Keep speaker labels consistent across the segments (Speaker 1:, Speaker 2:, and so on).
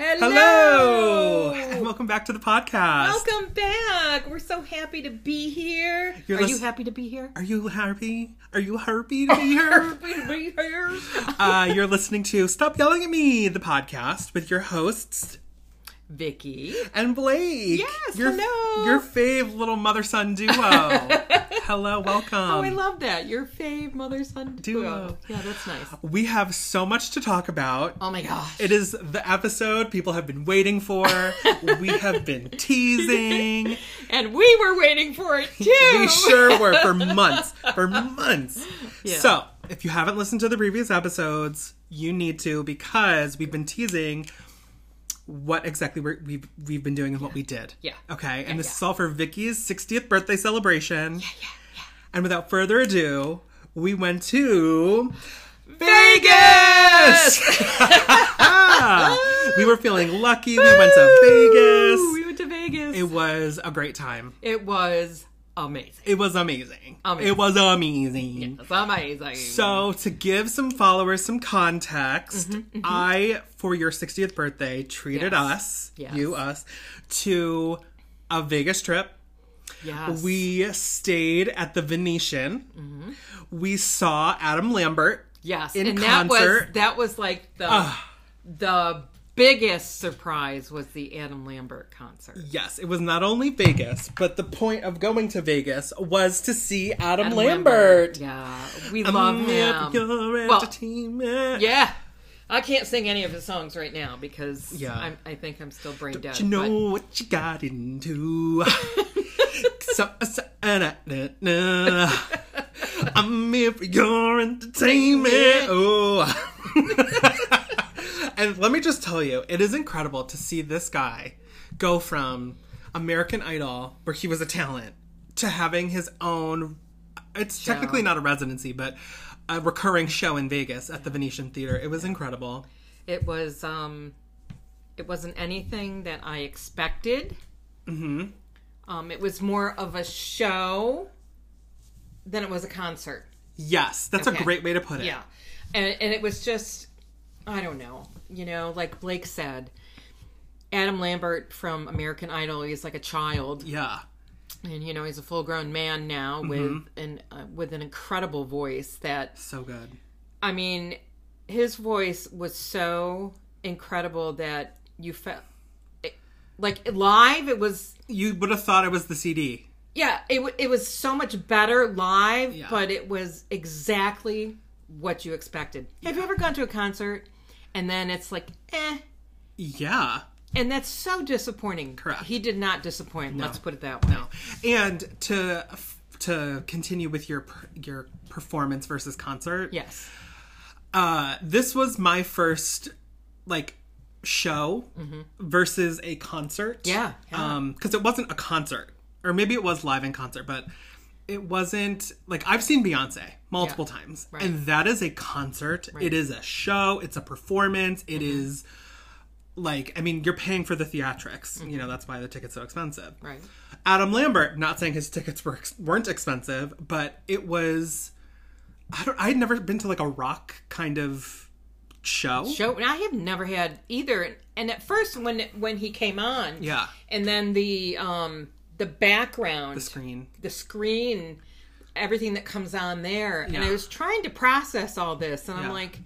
Speaker 1: Hello.
Speaker 2: Hello! and welcome back to the podcast.
Speaker 1: Welcome back. We're so happy to be here.
Speaker 2: You're
Speaker 1: Are you
Speaker 2: lis-
Speaker 1: happy to be here?
Speaker 2: Are you happy? Are you happy to be here?
Speaker 1: Happy to be here.
Speaker 2: uh, you're listening to Stop Yelling at Me, the podcast with your hosts
Speaker 1: Vicky.
Speaker 2: and Blake.
Speaker 1: Yes,
Speaker 2: your,
Speaker 1: hello.
Speaker 2: Your fave little mother son duo. hello, welcome.
Speaker 1: Oh, I love that. Your fave mother son duo.
Speaker 2: Duo.
Speaker 1: Yeah, that's nice.
Speaker 2: we have so much to talk about.
Speaker 1: Oh my gosh.
Speaker 2: It is the episode people have been waiting for. we have been teasing.
Speaker 1: and we were waiting for it too.
Speaker 2: We sure were for months. For months.
Speaker 1: Yeah.
Speaker 2: So, if you haven't listened to the previous episodes, you need to because we've been teasing what exactly we're, we've we've been doing and what we did.
Speaker 1: Yeah.
Speaker 2: Okay. And this
Speaker 1: yeah.
Speaker 2: is all for Vicky's 60th birthday celebration. Yeah, yeah, yeah. And without further ado, we went to Vegas. uh,
Speaker 1: Ah.
Speaker 2: we were feeling lucky. We went to
Speaker 1: Ooh,
Speaker 2: Vegas.
Speaker 1: We went to Vegas.
Speaker 2: It was a great time.
Speaker 1: It was amazing.
Speaker 2: It was amazing.
Speaker 1: Amazing.
Speaker 2: It was amazing.
Speaker 1: It's amazing.
Speaker 2: So, to give some followers some context, I, for your 60th birthday, treated
Speaker 1: Mm-hmm, Yes.
Speaker 2: us,
Speaker 1: Yes.
Speaker 2: you, us, to a Vegas trip.
Speaker 1: yes.
Speaker 2: We stayed at the Venetian.
Speaker 1: Mm-hmm.
Speaker 2: We saw Adam Lambert.
Speaker 1: Yes,
Speaker 2: in
Speaker 1: and
Speaker 2: concert.
Speaker 1: that was that was like the the biggest surprise was the Adam Lambert concert.
Speaker 2: Yes, it was not only Vegas, but the point of going to Vegas was to see Adam,
Speaker 1: Adam
Speaker 2: Lambert.
Speaker 1: yeah, we love
Speaker 2: Yep,
Speaker 1: him.
Speaker 2: your
Speaker 1: Well,
Speaker 2: entertainment.
Speaker 1: Yeah, I can't sing any of his songs right now because
Speaker 2: Yeah.
Speaker 1: I'm, I think I'm still brain dead.
Speaker 2: You know
Speaker 1: but-
Speaker 2: what you got into. so, so, uh, nah, nah, nah. I'm here for your entertainment. Oh. and let me just tell you, it is incredible to see this guy go from American Idol, where he was a talent, to having his own. It's technically not a residency, but a recurring show in Vegas at the Venetian Theater. It was incredible.
Speaker 1: it was um, it wasn't anything that I expected. Mm-hmm. Um, it was more of a show than it was a concert.
Speaker 2: Yes, that's
Speaker 1: Okay.
Speaker 2: a great way to put it.
Speaker 1: Yeah. And, and it was just, I don't know, you know, like Blake said, Adam Lambert from American Idol, he's like a child.
Speaker 2: Yeah.
Speaker 1: And, you know, he's a full grown man now with, an, uh, with an incredible voice that,
Speaker 2: So good.
Speaker 1: I mean, his voice was so incredible that you felt it- like live, it was
Speaker 2: You would have thought it was the CD.
Speaker 1: Yeah, it w- it was so much better live,
Speaker 2: Yeah.
Speaker 1: but it was exactly what you expected. Have you ever gone to a concert and then it's like, eh,
Speaker 2: Yeah.
Speaker 1: and that's so disappointing.
Speaker 2: Correct.
Speaker 1: He did not disappoint. Let's put it that way. No.
Speaker 2: And to to continue with your per- your performance versus concert.
Speaker 1: Yes.
Speaker 2: Uh this was my first like show versus a concert.
Speaker 1: Yeah, yeah.
Speaker 2: Um cuz it wasn't a concert or maybe it was live in concert but it wasn't like I've seen Beyonce multiple
Speaker 1: Yeah.
Speaker 2: times
Speaker 1: Right.
Speaker 2: and that is a concert. It is a show, it's a performance, It
Speaker 1: Mm-hmm.
Speaker 2: is like I mean you're paying for the theatrics.
Speaker 1: Mm-hmm.
Speaker 2: You know, that's why the ticket's so expensive.
Speaker 1: Right.
Speaker 2: Adam Lambert, not saying his tickets were ex- weren't expensive, but it was I don't I had never been to like a rock kind of show.
Speaker 1: Show. And I have never had either. And at first, when when he came on,
Speaker 2: Yeah.
Speaker 1: and then the um the background,
Speaker 2: The screen.
Speaker 1: the screen, everything that comes on there. And I
Speaker 2: Yeah.
Speaker 1: was trying to process all this, and I'm
Speaker 2: Yeah.
Speaker 1: like,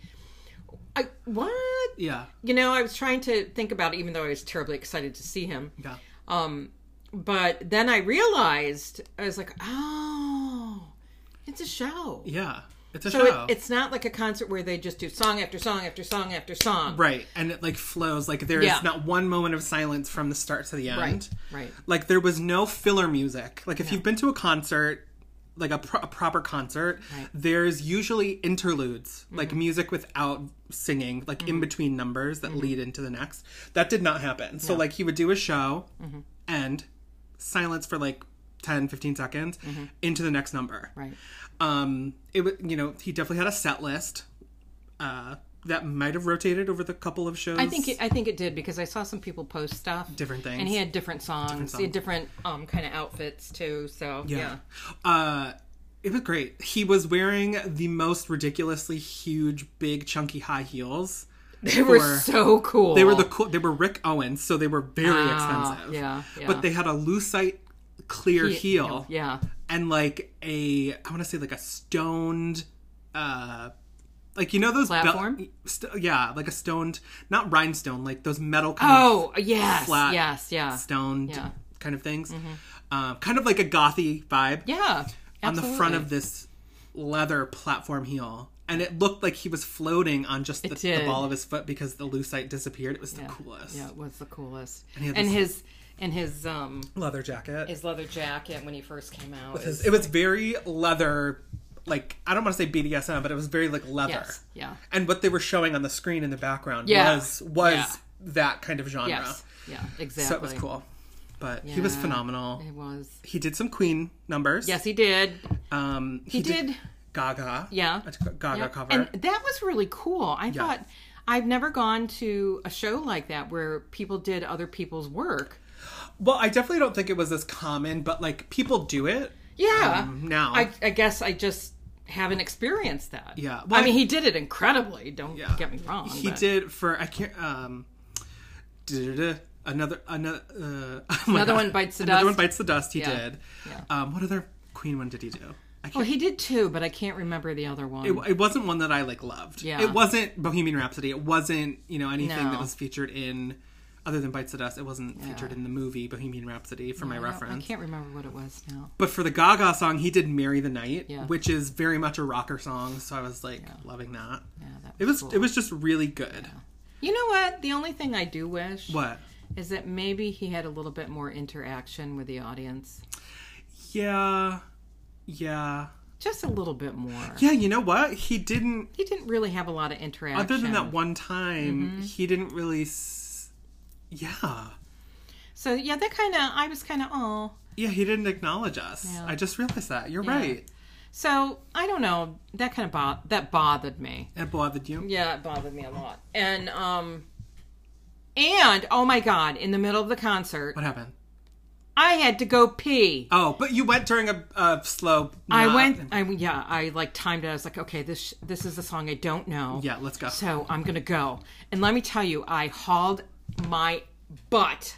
Speaker 1: I, what?
Speaker 2: Yeah.
Speaker 1: You know, I was trying to think about it, even though I was terribly excited to see him.
Speaker 2: Yeah.
Speaker 1: But then I realized, I was like, oh, it's a show.
Speaker 2: Yeah. It's a
Speaker 1: So
Speaker 2: show.
Speaker 1: it, it's not like a concert where they just do song after song after song after song.
Speaker 2: right. And it like flows like there is
Speaker 1: Yeah.
Speaker 2: not one moment of silence from the start to the end.
Speaker 1: Right. Right.
Speaker 2: Like there was no filler music. Like if you've been to a concert, like a, pro- a proper concert, there's usually interludes, like music without singing, like in between numbers that lead into the next. That did not happen. So like he would do a show and silence for like 10 15 seconds into the next number.
Speaker 1: Right.
Speaker 2: Um it wa- you know, he definitely had a set list uh that might have rotated over the couple of shows.
Speaker 1: I think it, I think it did because I saw some people post stuff,
Speaker 2: Different things.
Speaker 1: and he had different songs, he had
Speaker 2: songs.
Speaker 1: different um, kind of outfits too. So yeah,
Speaker 2: Uh, it was great. He was wearing the most ridiculously huge, big, chunky high heels.
Speaker 1: They were so cool.
Speaker 2: They were the cool. They were Rick Owens, so they were very
Speaker 1: Ah,
Speaker 2: expensive.
Speaker 1: yeah, yeah.
Speaker 2: But they had a lucite clear
Speaker 1: He-
Speaker 2: heel,
Speaker 1: Yeah.
Speaker 2: and like a I want to say like a stoned, uh, like you know those bel-
Speaker 1: Platform?
Speaker 2: st- yeah, like a stoned, not rhinestone, like those metal kind of
Speaker 1: Oh yes,
Speaker 2: Flat
Speaker 1: yes, yeah,
Speaker 2: stoned
Speaker 1: yeah. Mm-hmm.
Speaker 2: kind of things, um, kind of like a gothy vibe
Speaker 1: yeah.
Speaker 2: on the front
Speaker 1: absolutely.
Speaker 2: of this leather platform heel. And it looked like he was floating on just the, the
Speaker 1: did.
Speaker 2: ball of his foot because the lucite disappeared. It was the coolest.
Speaker 1: Yeah, it was the coolest.
Speaker 2: he
Speaker 1: And,
Speaker 2: had this-
Speaker 1: his and his um
Speaker 2: Leather jacket.
Speaker 1: his leather jacket when he first came out.
Speaker 2: Because
Speaker 1: is-
Speaker 2: it was very leather, like I don't want to say BDSM, but it was very like leather.
Speaker 1: Yes, yeah.
Speaker 2: And what they were showing on the screen in the background
Speaker 1: Yeah.
Speaker 2: was was
Speaker 1: Yeah.
Speaker 2: that kind of genre.
Speaker 1: Yes. Yeah, exactly.
Speaker 2: So it was cool. But he was
Speaker 1: Yeah.
Speaker 2: phenomenal.
Speaker 1: It was.
Speaker 2: He did some Queen numbers.
Speaker 1: Yes, he did.
Speaker 2: Um, he,
Speaker 1: He
Speaker 2: did,
Speaker 1: did.
Speaker 2: Gaga.
Speaker 1: Yeah.
Speaker 2: A Gaga
Speaker 1: Yeah.
Speaker 2: cover.
Speaker 1: And that was really cool. I thought I've never gone to a show like that where people did other people's work.
Speaker 2: well, I definitely don't think it was as common, but like people do it.
Speaker 1: Yeah.
Speaker 2: Um, now.
Speaker 1: I, I guess I just haven't experienced that.
Speaker 2: Yeah.
Speaker 1: I,
Speaker 2: Well,
Speaker 1: mean, he did it incredibly. Don't
Speaker 2: Yeah.
Speaker 1: get me wrong.
Speaker 2: He
Speaker 1: but-
Speaker 2: did for I can't um duh-duh-duh, another another uh, oh my
Speaker 1: Another
Speaker 2: God.
Speaker 1: One Bites the
Speaker 2: Another
Speaker 1: Dust.
Speaker 2: one bites the dust. He
Speaker 1: Yeah.
Speaker 2: did.
Speaker 1: Yeah.
Speaker 2: Um, what other Queen one did he do? I
Speaker 1: Well,
Speaker 2: can't.
Speaker 1: he did too, but I can't remember the other one.
Speaker 2: it, it wasn't one that I like loved.
Speaker 1: Yeah.
Speaker 2: It wasn't Bohemian Rhapsody. It wasn't you know anything
Speaker 1: No.
Speaker 2: that was featured in other than Bites the Dust. It wasn't featured in the movie Bohemian Rhapsody for my
Speaker 1: I don't-
Speaker 2: reference.
Speaker 1: I can't remember what it was now.
Speaker 2: But for the Gaga song, he did "Marry the Night,"
Speaker 1: Yeah.
Speaker 2: which is very much a rocker song. So I was like loving that.
Speaker 1: Yeah, that
Speaker 2: It
Speaker 1: was
Speaker 2: was it was just really good.
Speaker 1: You know what? The only thing I do wish is
Speaker 2: What?
Speaker 1: that maybe he had a little bit more interaction with the audience.
Speaker 2: Yeah, yeah.
Speaker 1: Just a little bit more.
Speaker 2: Yeah, you know what? He didn't.
Speaker 1: He didn't really have a lot of interaction.
Speaker 2: Other than that one time,
Speaker 1: Mm-hmm.
Speaker 2: he didn't really. S- yeah,
Speaker 1: So yeah, that kind of I was kind of oh.
Speaker 2: yeah, he didn't acknowledge us.
Speaker 1: Yeah.
Speaker 2: I just realized that. You're right.
Speaker 1: So I don't know. That kind of bo- that bothered me.
Speaker 2: It bothered you.
Speaker 1: Yeah, it bothered me a lot. And um, and oh my god, in the middle of the concert,
Speaker 2: What happened?
Speaker 1: I had to go pee.
Speaker 2: Oh, but you went during a, a slow.
Speaker 1: I
Speaker 2: nap
Speaker 1: went.
Speaker 2: and-
Speaker 1: I yeah. I like timed it. I was like, okay, this this is a song I don't know.
Speaker 2: yeah, let's go.
Speaker 1: So I'm gonna go. And let me tell you, I hauled my butt.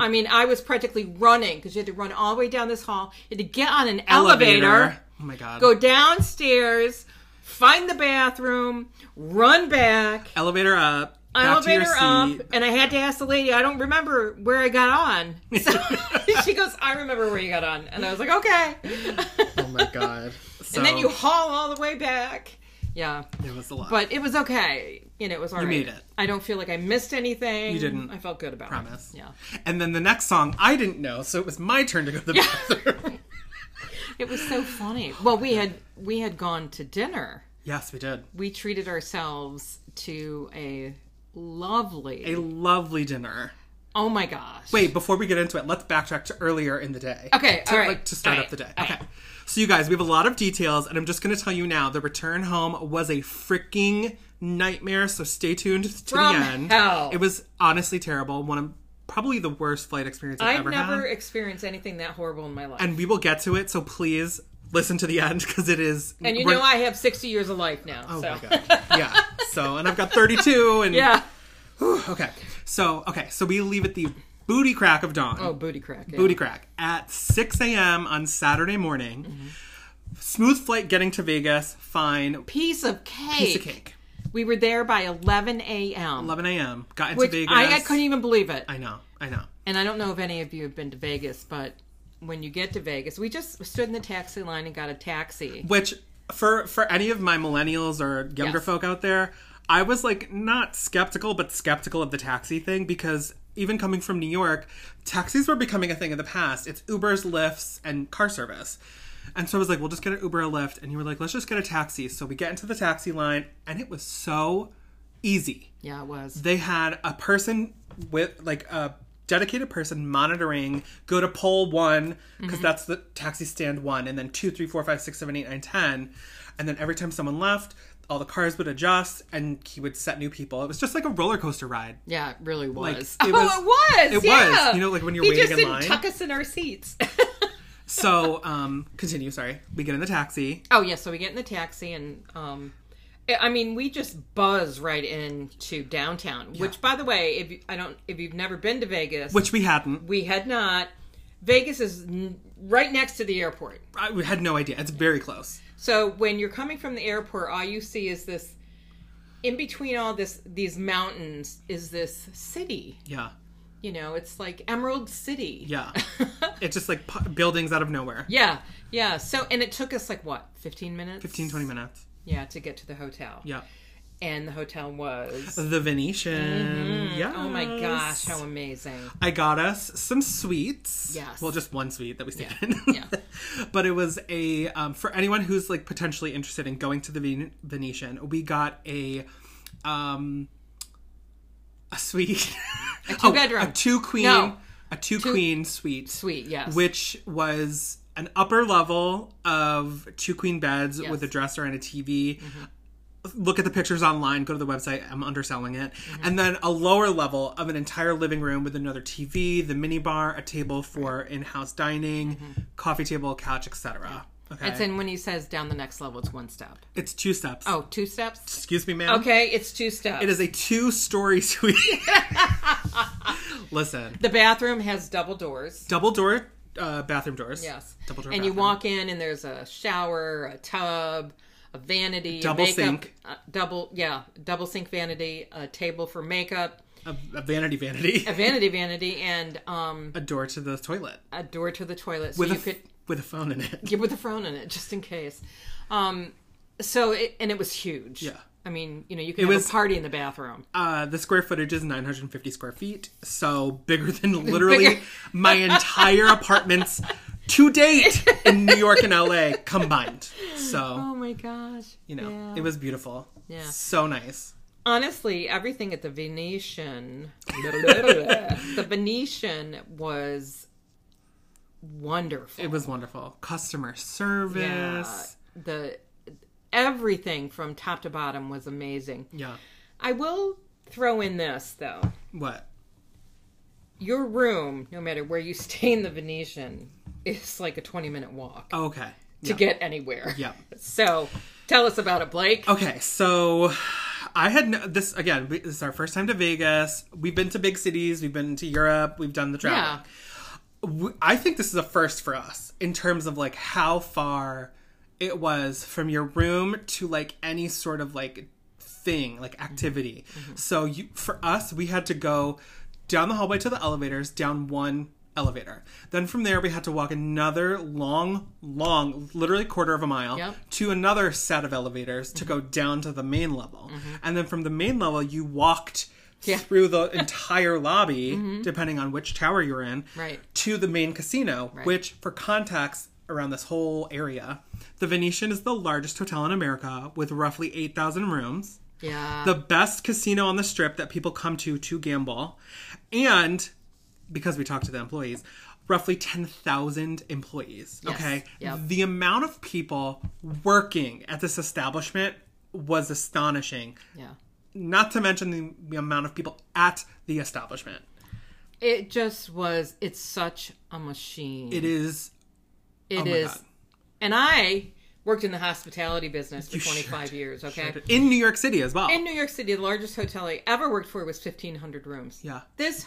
Speaker 1: I mean, I was practically running because you had to run all the way down this hall. You had to get on an elevator,
Speaker 2: Oh my god.
Speaker 1: go downstairs, find the bathroom, run back,
Speaker 2: elevator up. Back
Speaker 1: elevator
Speaker 2: to your
Speaker 1: up,
Speaker 2: seat.
Speaker 1: and I had to ask the lady. I don't remember where I got on. So she goes, "I remember where you got on," and I was like, "Okay."
Speaker 2: Oh my god. So,
Speaker 1: and then you haul all the way back. Yeah,
Speaker 2: It was a lot.
Speaker 1: but it was okay. You know, it was alright.
Speaker 2: made it.
Speaker 1: I don't feel like I missed anything. You
Speaker 2: didn't.
Speaker 1: I felt good about
Speaker 2: Promise.
Speaker 1: it. Yeah,
Speaker 2: and then the next song I didn't know, so it was my turn to go to the bathroom.
Speaker 1: it was so funny. Well, we had we had gone to dinner.
Speaker 2: yes, we did.
Speaker 1: We treated ourselves to a lovely.
Speaker 2: A lovely dinner.
Speaker 1: oh my gosh!
Speaker 2: Wait, before we get into it, let's backtrack to earlier in the day.
Speaker 1: Okay,
Speaker 2: to,
Speaker 1: all right,
Speaker 2: Like, to start
Speaker 1: all
Speaker 2: up
Speaker 1: right,
Speaker 2: the day.
Speaker 1: all
Speaker 2: Okay.
Speaker 1: right.
Speaker 2: So, you guys, we have a lot of details, and I'm just going to tell you now the return home was a freaking nightmare. So, stay tuned to
Speaker 1: From
Speaker 2: the end.
Speaker 1: hell.
Speaker 2: It was honestly terrible. One of probably the worst flight experience I've,
Speaker 1: I've
Speaker 2: ever
Speaker 1: never
Speaker 2: had.
Speaker 1: experienced anything that horrible in my life.
Speaker 2: And we will get to it. So, please listen to the end because it is.
Speaker 1: And you
Speaker 2: we're-
Speaker 1: know I have 60 years of life now.
Speaker 2: Oh
Speaker 1: so.
Speaker 2: my God. Yeah. So, and I've got 32. And
Speaker 1: yeah.
Speaker 2: okay. So, okay. So, we leave at the booty crack of dawn.
Speaker 1: Oh, booty crack. yeah.
Speaker 2: booty crack at 6 a.m. on Saturday morning.
Speaker 1: Mm-hmm.
Speaker 2: Smooth flight getting to Vegas, fine.
Speaker 1: Piece of cake.
Speaker 2: Piece of cake.
Speaker 1: We were there by 11 a.m.
Speaker 2: 11 a.m. Got into
Speaker 1: Which
Speaker 2: Vegas.
Speaker 1: I, I couldn't even believe it.
Speaker 2: I know. I know.
Speaker 1: And I don't know if any of you have been to Vegas, but when you get to Vegas, we just stood in the taxi line and got a taxi.
Speaker 2: Which for for any of my millennials or younger
Speaker 1: Yes.
Speaker 2: folk out there, I was like not skeptical, but skeptical of the taxi thing because even coming from New York, taxis were becoming a thing of the past. It's Ubers, Lyfts, and car service. And so I was like, we'll just get an Uber or Lyft. And you were like, let's just get a taxi. So we get into the taxi line, and it was so easy
Speaker 1: Yeah, it was.
Speaker 2: they had a person with like a dedicated person monitoring go to pole one
Speaker 1: Mm-hmm.
Speaker 2: because that's the taxi stand one and then two three four five six seven eight nine ten and then every time someone left all the cars would adjust and he would set new people it was just like a roller coaster ride
Speaker 1: yeah, it really was.
Speaker 2: it was-
Speaker 1: oh, it was.
Speaker 2: it was.
Speaker 1: yeah.
Speaker 2: You know, like when you're
Speaker 1: he
Speaker 2: waiting
Speaker 1: just
Speaker 2: in
Speaker 1: didn't
Speaker 2: line.
Speaker 1: tuck us in our seats.
Speaker 2: so um continue sorry we get in the taxi
Speaker 1: Oh yeah, so we get in the taxi and um I- I mean, we just buzz right into downtown. Which, by the way, if you, I don't, if you've never been to Vegas,
Speaker 2: Which we hadn't.
Speaker 1: we had not. Vegas is n- right next to the airport.
Speaker 2: I we had no idea. It's very close.
Speaker 1: So when you're coming from the airport, all you see is this. In between all this, these mountains is this city.
Speaker 2: Yeah.
Speaker 1: You know, it's like Emerald City.
Speaker 2: Yeah. it's just like pu- buildings out of nowhere.
Speaker 1: yeah, yeah. So, and it took us like what, 15 minutes?
Speaker 2: 15, 20 minutes.
Speaker 1: Yeah, to get to the hotel.
Speaker 2: Yeah.
Speaker 1: And the hotel was.
Speaker 2: The Venetian. Yeah.
Speaker 1: Oh my gosh, how amazing.
Speaker 2: I got us some sweets.
Speaker 1: Yes.
Speaker 2: Well, just one sweet that we stayed
Speaker 1: Yeah.
Speaker 2: in.
Speaker 1: Yeah.
Speaker 2: but it was a um, for anyone who's like potentially interested in going to the Ven- Venetian. We got a um a suite, a two
Speaker 1: bedroom.
Speaker 2: a two queen,
Speaker 1: No.
Speaker 2: a two, queen suite,
Speaker 1: Sweet, yes.
Speaker 2: which was an upper level of two queen beds with a dresser and a TV.
Speaker 1: Mm-hmm.
Speaker 2: Look at the pictures online, go to the website, I'm underselling it.
Speaker 1: Mm-hmm.
Speaker 2: And then a lower level of an entire living room with another TV, the mini bar, a table for in house dining, coffee table, couch, etc. Okay.
Speaker 1: Mm-hmm. It's
Speaker 2: It's,
Speaker 1: in when he says down the next level, it's one step.
Speaker 2: two steps.
Speaker 1: Oh, two steps?
Speaker 2: Excuse me, ma'am.
Speaker 1: Okay, it's two steps.
Speaker 2: It is a two story suite. Listen,
Speaker 1: The bathroom has double doors.
Speaker 2: double door uh, bathroom doors.
Speaker 1: Yes.
Speaker 2: Double door
Speaker 1: And you
Speaker 2: bathroom.
Speaker 1: walk in, and there's a shower, a tub, a vanity, a
Speaker 2: Double
Speaker 1: makeup-
Speaker 2: sink.
Speaker 1: uh, double, yeah, double sink vanity, a table for makeup,
Speaker 2: a, a vanity vanity.
Speaker 1: a vanity vanity, and um,
Speaker 2: a door to the toilet
Speaker 1: a door to the toilet. So
Speaker 2: with
Speaker 1: you
Speaker 2: a
Speaker 1: could
Speaker 2: with a phone in it.
Speaker 1: get with a phone in it just in case. Um, so it, and it was huge.
Speaker 2: Yeah.
Speaker 1: I mean, you know, you could have
Speaker 2: was-
Speaker 1: a party in the bathroom.
Speaker 2: Uh, the square footage is 950 square feet, so bigger than literally
Speaker 1: Bigger.
Speaker 2: my entire apartments to date in New York and LA combined. So
Speaker 1: Oh my gosh!
Speaker 2: you know
Speaker 1: Yeah.
Speaker 2: it was beautiful.
Speaker 1: Yeah.
Speaker 2: so nice.
Speaker 1: honestly everything at the Venetian, the Venetian was wonderful.
Speaker 2: It was wonderful. Customer service.
Speaker 1: the everything from top to bottom was amazing.
Speaker 2: Yeah.
Speaker 1: I will throw in this though.
Speaker 2: What?
Speaker 1: Your room, no matter where you stay in the Venetian, is like a 20 minute walk
Speaker 2: Oh, okay.
Speaker 1: to
Speaker 2: Yeah.
Speaker 1: get anywhere.
Speaker 2: yeah. Oh,
Speaker 1: So tell us about it, Blake.
Speaker 2: Okay, so I had no, this again. We, this is our first time to Vegas. We've been to big cities. We've been to Europe. We've done the travel.
Speaker 1: yeah.
Speaker 2: W I I think this is a first for us in terms of like how far it was from your room to like any sort of like thing, like activity. So you, for us, we had to go down the hallway to the elevators, down one elevator. Then from there, we had to walk another long, long, literally quarter of a mile
Speaker 1: Yep.
Speaker 2: to another set of elevators to go down to the main level. And then from the main level, you walked through the entire lobby, depending on which tower you're in,
Speaker 1: Right.
Speaker 2: to the main casino, which, for context, around this whole area, the Venetian is the largest hotel in America with roughly 8,000 rooms,
Speaker 1: Yeah.
Speaker 2: the best casino on the strip that people come to to gamble, and because we talked to the employees, roughly 10,000 employees.
Speaker 1: Yes.
Speaker 2: Okay.
Speaker 1: Yep.
Speaker 2: The amount of people working at this establishment was astonishing,
Speaker 1: yeah.
Speaker 2: not to mention the, the amount of people at the establishment.
Speaker 1: It just was. It's such a machine.
Speaker 2: It is Oh
Speaker 1: It
Speaker 2: my
Speaker 1: is.
Speaker 2: God.
Speaker 1: And I worked in the hospitality business for 25
Speaker 2: sure
Speaker 1: years, okay?
Speaker 2: in New York City as well.
Speaker 1: In New York City, the largest hotel I ever worked for was 1,500 rooms.
Speaker 2: yeah.
Speaker 1: This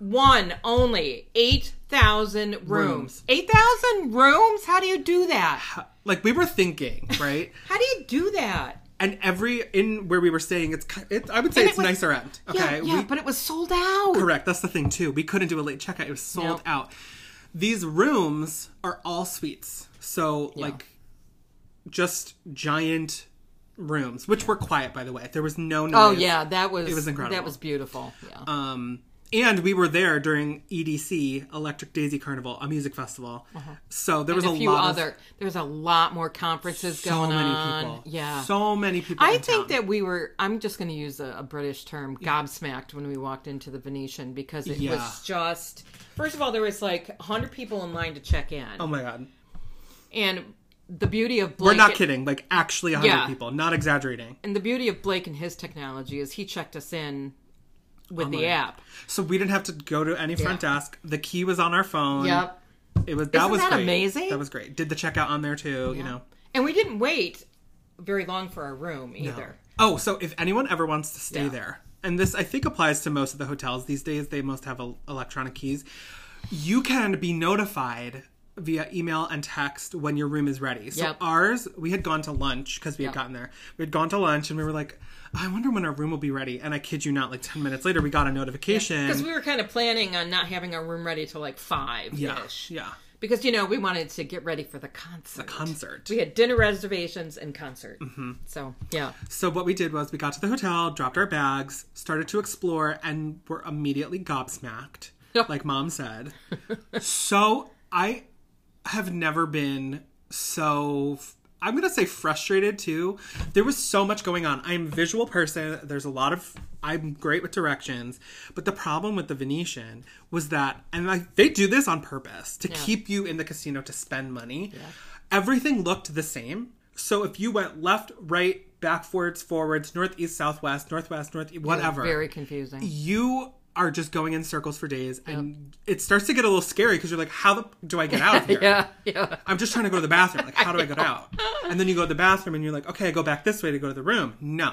Speaker 1: one only, 8,000 rooms.
Speaker 2: Rooms.
Speaker 1: 8,000 rooms? How do you do that?
Speaker 2: Like we were thinking, right?
Speaker 1: How do you do that?
Speaker 2: and every in where we were staying, it's ki- it's I would say
Speaker 1: And
Speaker 2: it's
Speaker 1: it was-
Speaker 2: nicer end. Okay,
Speaker 1: yeah, yeah
Speaker 2: we
Speaker 1: but it was sold out.
Speaker 2: Correct. That's the thing too. We couldn't do a late checkout. It was sold
Speaker 1: No.
Speaker 2: out. These rooms are all suites. So like just giant rooms, which were quiet by the way. There was no noise.
Speaker 1: Oh, yeah, that was, it
Speaker 2: was incredible.
Speaker 1: That was beautiful. Yeah.
Speaker 2: Um and we were there during EDC, Electric Daisy Carnival, a music festival. So there was
Speaker 1: Uh-huh. a
Speaker 2: a,
Speaker 1: few
Speaker 2: lot
Speaker 1: other,
Speaker 2: of
Speaker 1: there's a lot more conferences
Speaker 2: so
Speaker 1: going
Speaker 2: many
Speaker 1: on.
Speaker 2: people.
Speaker 1: Yeah.
Speaker 2: So many people.
Speaker 1: I
Speaker 2: in
Speaker 1: think
Speaker 2: town.
Speaker 1: that we were. I'm just going to use a, a British term, gobsmacked, when we walked into the Venetian because it
Speaker 2: Yeah.
Speaker 1: was just. First of all, there was like 100 people in line to check in,
Speaker 2: Oh my god.
Speaker 1: and the beauty of Blake,
Speaker 2: We're not kidding. Like actually 100
Speaker 1: Yeah.
Speaker 2: people, not exaggerating.
Speaker 1: And the beauty of Blake and his technology is he checked us in with the
Speaker 2: Online.
Speaker 1: app.
Speaker 2: So we didn't have to go to any front
Speaker 1: Yeah.
Speaker 2: desk. The key was on our phone.
Speaker 1: Yep.
Speaker 2: It was that
Speaker 1: Isn't
Speaker 2: was
Speaker 1: that
Speaker 2: great.
Speaker 1: amazing?
Speaker 2: That was great. Did the checkout on there too, you know.
Speaker 1: And we didn't wait very long for a room either.
Speaker 2: Oh, so if anyone ever wants to stay
Speaker 1: Yeah.
Speaker 2: there, and this I think applies to most of the hotels these days, they most have el- electronic keys. You can be notified via email and text when your room is ready. So
Speaker 1: Yep.
Speaker 2: ours, we had gone to lunch because we
Speaker 1: Yep.
Speaker 2: had gotten there. We had gone to lunch and we were like, I wonder when our room will be ready. And I kid you not, like ten minutes later, we got a notification.
Speaker 1: Because we were kind of planning on not having our room ready till like five
Speaker 2: yeah,
Speaker 1: ish.
Speaker 2: yeah,
Speaker 1: Because, you know, we wanted to get ready for the concert.
Speaker 2: concert.
Speaker 1: we had dinner reservations and concert.
Speaker 2: Mm-hmm.
Speaker 1: So, yeah.
Speaker 2: So what we did was we got to the hotel, dropped our bags, started to explore, and were immediately gobsmacked, like mom said. so I have never been so I'm going to say frustrated too. There was so much going on. I'm a visual person. There's a lot of I'm great with directions, but the problem with the Venetian was that and like they do this on purpose to keep you in the casino to spend money. Everything looked the same. So if you went left, right, backwards, forwards, northeast, southwest, northwest, north, whatever
Speaker 1: Very confusing.
Speaker 2: you are just going in circles for days and it starts to get a little scary because you're like how the, do i get out of here
Speaker 1: Yeah, yeah.
Speaker 2: i'm just trying to go to the bathroom like how do i get out and then you go to the bathroom and you're like okay i go back this way to go to the room no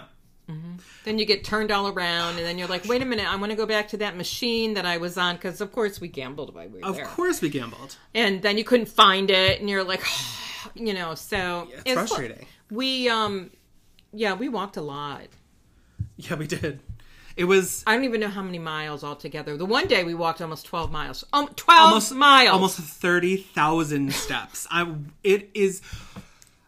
Speaker 1: Then you get turned all around, and then you're like, wait a minute, I want to go back to that machine that I was on. Because, of course, we gambled while we were
Speaker 2: of
Speaker 1: there.
Speaker 2: course we gambled
Speaker 1: and then you couldn't find it and you're like you know so
Speaker 2: it's
Speaker 1: and so-
Speaker 2: frustrating.
Speaker 1: we um yeah we walked a lot
Speaker 2: yeah we did it was
Speaker 1: i don't even know how many miles altogether the one day we walked almost 12 miles um 12
Speaker 2: almost
Speaker 1: miles
Speaker 2: almost 30,000 steps i it is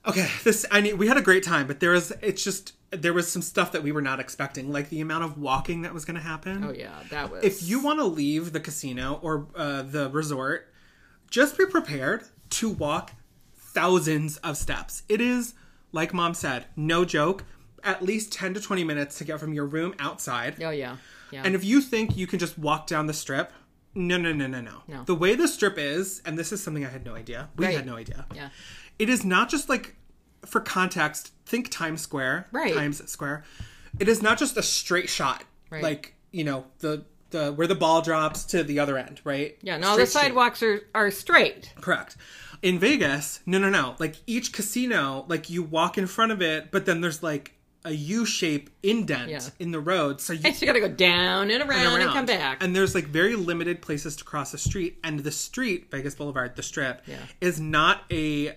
Speaker 2: okay this i mean we had a great time but there was it's just there was some stuff that we were not expecting like the amount of walking that was going to happen
Speaker 1: oh yeah that was
Speaker 2: if you want to leave the casino or uh, the resort, just be prepared to walk thousands of steps. It is, like mom said, no joke, at least 10 to 20 minutes to get from your room outside.
Speaker 1: oh yeah yeah
Speaker 2: And if you think you can just walk down the strip, no, no, no, no, no.
Speaker 1: No.
Speaker 2: The way the strip is, and this is something I had no idea, we
Speaker 1: Right.
Speaker 2: had no idea.
Speaker 1: yeah
Speaker 2: It is not just like, for context, think Times Square.
Speaker 1: Right.
Speaker 2: Times Square. It is not just a straight shot.
Speaker 1: Right.
Speaker 2: Like, you know, the, the where the ball drops to the other end, right?
Speaker 1: yeah no the
Speaker 2: Straight shoot.
Speaker 1: sidewalks are are straight
Speaker 2: Correct. In Vegas, no, no, no. Like each casino, like you walk in front of it, but then there's like a U shape indent
Speaker 1: Yeah.
Speaker 2: in the road. So you
Speaker 1: and so you gotta go down and around and,
Speaker 2: around.
Speaker 1: come back
Speaker 2: And there's like very limited places to cross the street, and the street, Vegas Boulevard, the Strip,
Speaker 1: Yeah.
Speaker 2: is not a.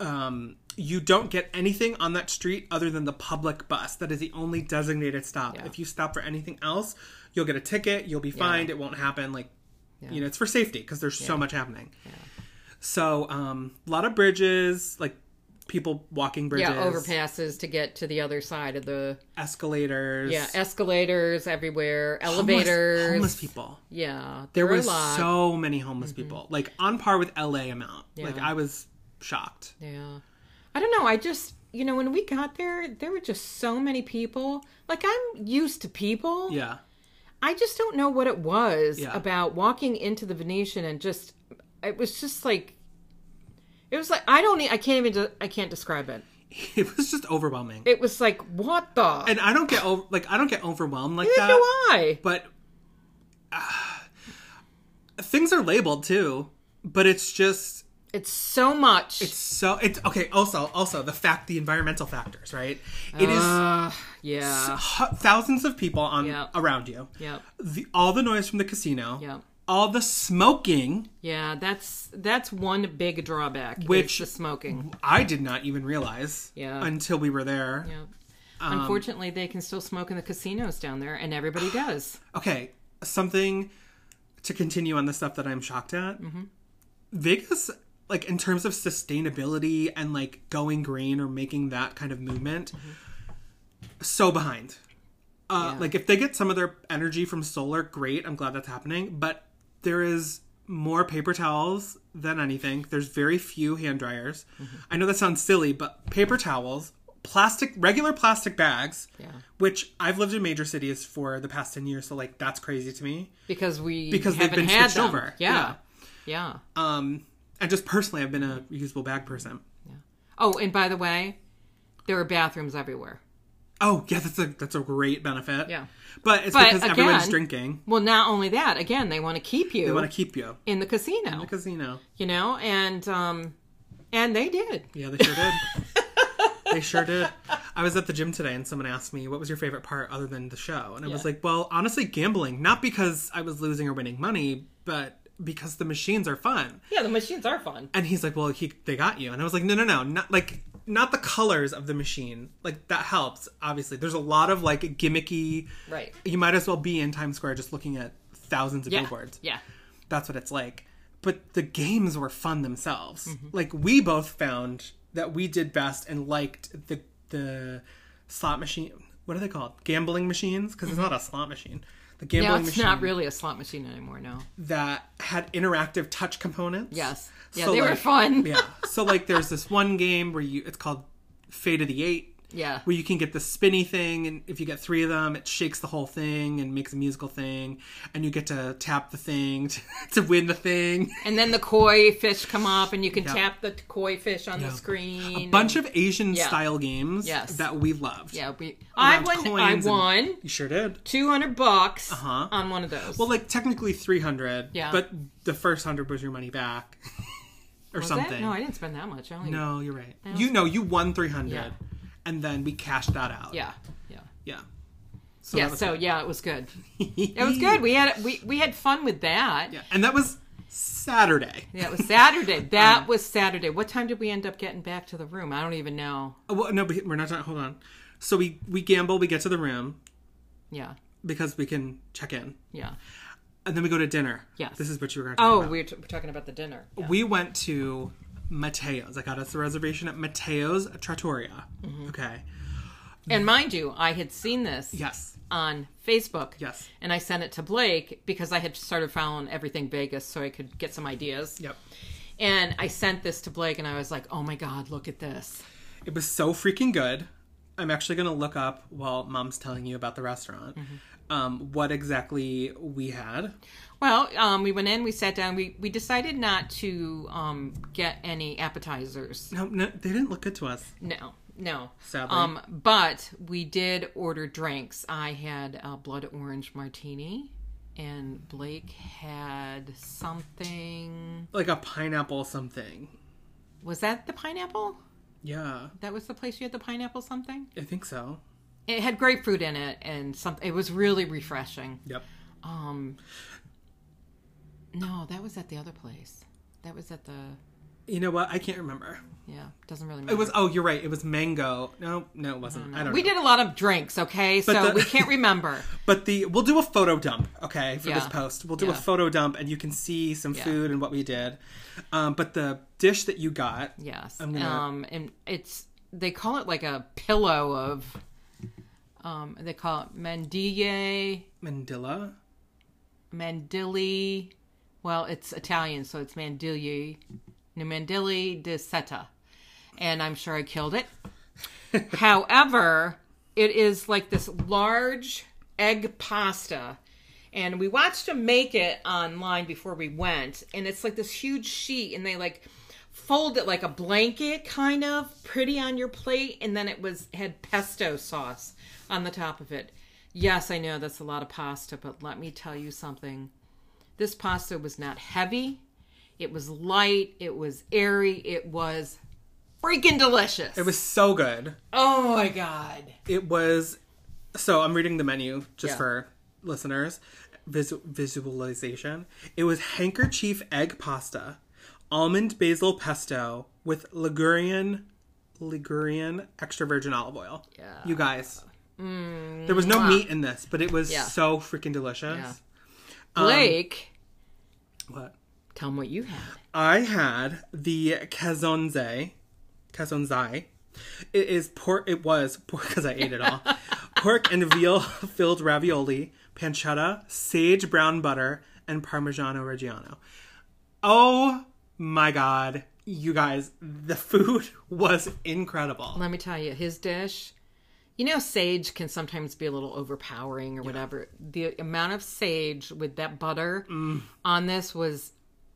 Speaker 2: Um, you don't get anything on that street other than the public bus. That is the only designated stop. If you stop for anything else, you'll get a ticket. You'll be fined. It won't happen. Like, you know, it's for safety because there's so much happening. So, um, a lot of bridges, like people walking bridges,
Speaker 1: yeah overpasses to get to the other side of the
Speaker 2: escalators,
Speaker 1: yeah escalators everywhere
Speaker 2: homeless-
Speaker 1: elevators
Speaker 2: homeless people.
Speaker 1: yeah
Speaker 2: there
Speaker 1: were a
Speaker 2: was
Speaker 1: lot. Mm-hmm.
Speaker 2: so many homeless people like on par with la amount like i was shocked
Speaker 1: Yeah. I don't know. I just, you know, when we got there, there were just so many people. Like, I'm used to people.
Speaker 2: yeah
Speaker 1: I just don't know what it was
Speaker 2: Yeah.
Speaker 1: about walking into the Venetian and just, it was just like, it was like, I don't, e- I can't even, de- I can't describe it.
Speaker 2: it was just overwhelming
Speaker 1: It was like, what the?
Speaker 2: and uh, i don't get over like i don't get overwhelmed like
Speaker 1: I
Speaker 2: that
Speaker 1: didn't know why.
Speaker 2: but ah, things are labeled too but it's just
Speaker 1: It's so much.
Speaker 2: so it's okay also also the fact the environmental factors right It is
Speaker 1: Ugh, yeah.
Speaker 2: hu- thousands of people on
Speaker 1: Yeah.
Speaker 2: around you
Speaker 1: Ah. Yep.
Speaker 2: the, all the noise from the casino
Speaker 1: Yep.
Speaker 2: all the smoking
Speaker 1: Yeah. That's, that's one big drawback. is
Speaker 2: Which-
Speaker 1: the smoking.
Speaker 2: I did not even realize
Speaker 1: Yeah.
Speaker 2: until we were there.
Speaker 1: Yeah.
Speaker 2: Um,
Speaker 1: Unfortunately, they can still smoke in the casinos down there, and everybody does.
Speaker 2: Okay, something to continue on the stuff that I'm shocked at.
Speaker 1: Mm-hmm.
Speaker 2: Vegas, like in terms of sustainability and like going green or making that kind of movement,
Speaker 1: Mm-hmm.
Speaker 2: so behind. Uh, Like if they get some of their energy from solar, great. I'm glad that's happening. But there is more paper towels than anything. There's very few hand dryers.
Speaker 1: Mm-hmm.
Speaker 2: I know that sounds silly, but paper towels, plastic, regular plastic bags,
Speaker 1: Yeah.
Speaker 2: which I've lived in major cities for the past ten years, so like that's crazy to me.
Speaker 1: because we
Speaker 2: Because they've
Speaker 1: haven't
Speaker 2: been
Speaker 1: had
Speaker 2: switched
Speaker 1: them.
Speaker 2: over.
Speaker 1: Yeah, yeah.
Speaker 2: Um, and just personally, I've been a reusable bag person.
Speaker 1: oh, and by the way, there are bathrooms everywhere.
Speaker 2: Oh yeah, that's a that's a great benefit.
Speaker 1: Yeah.
Speaker 2: but it's
Speaker 1: But
Speaker 2: because everyone's
Speaker 1: again-
Speaker 2: drinking.
Speaker 1: Well, not only that, again, they want to keep you
Speaker 2: They want to keep you
Speaker 1: in the casino,
Speaker 2: because you know,
Speaker 1: you know, and um, and they did.
Speaker 2: yeah, they sure did. They sure did. I was at the gym today and someone asked me, What was your favorite part other than the show? And I was
Speaker 1: Yeah.
Speaker 2: like, Well, honestly, gambling. Not because I was losing or winning money, but because the machines are fun.
Speaker 1: Yeah, the machines are fun.
Speaker 2: And he's like, "Well, he they got you." And I was like, "No, no, no, not like not the colors of the machine. Like that helps, obviously. There's a lot of like gimmicky.
Speaker 1: Right.
Speaker 2: You might as well be in Times Square just looking at thousands of
Speaker 1: Yeah.
Speaker 2: billboards.
Speaker 1: Yeah.
Speaker 2: That's what it's like. But the games were fun themselves. Like we both found that we did best and liked the the slot machine. What are they called? Gambling machines? Because it's not a slot machine. The gambling
Speaker 1: Now it's
Speaker 2: machine
Speaker 1: not really a slot machine anymore. No.
Speaker 2: that had interactive touch components.
Speaker 1: Yes. Yeah,
Speaker 2: So,
Speaker 1: they were
Speaker 2: like-
Speaker 1: fun.
Speaker 2: yeah. So like there's this one game where you it's called Fate of the Eight.
Speaker 1: Yeah.
Speaker 2: Where you can get the spinny thing and if you get three of them it shakes the whole thing and makes a musical thing and you get to tap the thing to, to win the thing.
Speaker 1: And then the koi fish come up, and you can
Speaker 2: Yeah.
Speaker 1: tap the koi fish on the screen.
Speaker 2: A bunch of Asian
Speaker 1: Yeah.
Speaker 2: style games
Speaker 1: Yes.
Speaker 2: that we loved.
Speaker 1: Yeah, we. I
Speaker 2: Around
Speaker 1: won. I
Speaker 2: coins and-
Speaker 1: won
Speaker 2: You sure did.
Speaker 1: two hundred bucks
Speaker 2: Uh-huh.
Speaker 1: on one of those.
Speaker 2: Well like technically 300,
Speaker 1: Yeah.
Speaker 2: but the first 100 was your money back or
Speaker 1: Was
Speaker 2: something.
Speaker 1: That? No, I didn't spend that much. I only.
Speaker 2: No, you're right. You know, you won 300
Speaker 1: Yeah.
Speaker 2: and then we cashed that out.
Speaker 1: Yeah. Yeah.
Speaker 2: Yeah. So
Speaker 1: Yeah.
Speaker 2: that was
Speaker 1: So
Speaker 2: fun.
Speaker 1: yeah, it was good.
Speaker 2: it
Speaker 1: It was good. We had we we had fun with that.
Speaker 2: Yeah. And that was Saturday.
Speaker 1: Yeah, it was Saturday. That
Speaker 2: Um,
Speaker 1: was Saturday. What time did we end up getting back to the room? I don't even know.
Speaker 2: Oh, Well, no, but we're not talking. Hold on. So we we gamble, we get to the room
Speaker 1: Yeah.
Speaker 2: because we can check in,
Speaker 1: Yeah.
Speaker 2: and then we go to dinner.
Speaker 1: Yes.
Speaker 2: This is what you were going to talk
Speaker 1: Oh,
Speaker 2: about.
Speaker 1: we were, t- we're talking about the dinner. Yeah.
Speaker 2: We went to Mateo's. I got us a reservation at Mateo's Trattoria. Okay.
Speaker 1: And mind you, I had seen this
Speaker 2: Yes.
Speaker 1: on Facebook.
Speaker 2: Yes.
Speaker 1: And I sent it to Blake because I had started following everything Vegas so I could get some ideas.
Speaker 2: Yep.
Speaker 1: And I sent this to Blake and I was like, oh my God, look at this.
Speaker 2: It was so freaking good. I'm actually going to look up while mom's telling you about the restaurant um, what exactly we had.
Speaker 1: Well, um, we went in, we sat down, we, we decided not to um, get any appetizers.
Speaker 2: No, no, they didn't look good to us.
Speaker 1: No, no.
Speaker 2: Sadly.
Speaker 1: Um, but we did order drinks. I had a blood orange martini, and Blake had something.
Speaker 2: Like a pineapple something.
Speaker 1: Was that the pineapple?
Speaker 2: Yeah,
Speaker 1: That was the place you had the pineapple something.
Speaker 2: I think so.
Speaker 1: It had grapefruit in it, and something. It was really refreshing.
Speaker 2: Yep.
Speaker 1: Um. No, that was at the other place. That was at the
Speaker 2: You know what? I can't remember.
Speaker 1: yeah. Doesn't really matter.
Speaker 2: It was. Oh, you're right. It was mango. No, no, it wasn't. I don't.
Speaker 1: we
Speaker 2: know.
Speaker 1: did a lot of drinks, okay? so
Speaker 2: the-
Speaker 1: we can't remember.
Speaker 2: But the we'll do a photo dump. Okay, for this
Speaker 1: Yeah.
Speaker 2: post, we'll do a
Speaker 1: Yeah.
Speaker 2: photo dump, and you can see some
Speaker 1: Yeah.
Speaker 2: food and what we did. Um, but the dish that you got,
Speaker 1: Yes.
Speaker 2: I'm gonna-
Speaker 1: Um, and it's they call it like a pillow of. Um, they call it mandille,
Speaker 2: mandilla.
Speaker 1: mandili. Well, it's Italian, so it's mandili, no mandili di seta, and I'm sure I killed it. However, it is like this large egg pasta. And we watched them make it online before we went. And it's like this huge sheet, and they like fold it like a blanket, kind of pretty on your plate. And then it was had pesto sauce on the top of it. Yes, I know that's a lot of pasta, but let me tell you something. This pasta was not heavy. It was light. It was airy. It was freaking delicious.
Speaker 2: It was so good.
Speaker 1: Oh my god.
Speaker 2: It was. So I'm reading the menu just
Speaker 1: Yeah.
Speaker 2: for listeners visu- visualization. It was handkerchief egg pasta, almond basil pesto with Ligurian Ligurian extra virgin olive oil.
Speaker 1: Yeah. Mm,
Speaker 2: You guys. There was no meat in this, but it was
Speaker 1: Yeah.
Speaker 2: so freaking delicious.
Speaker 1: Yeah. Um, Blake,
Speaker 2: What?
Speaker 1: tell him what you had.
Speaker 2: I had the casonze, casonzai. It is pork. It was pork because I ate it all. pork and veal filled ravioli, pancetta, sage brown butter, and Parmigiano Reggiano. Oh my god, you guys, the food was incredible.
Speaker 1: Let me tell you, his dish. You know, sage can sometimes be a little overpowering or whatever. The amount of sage with that butter
Speaker 2: Mm.
Speaker 1: on this was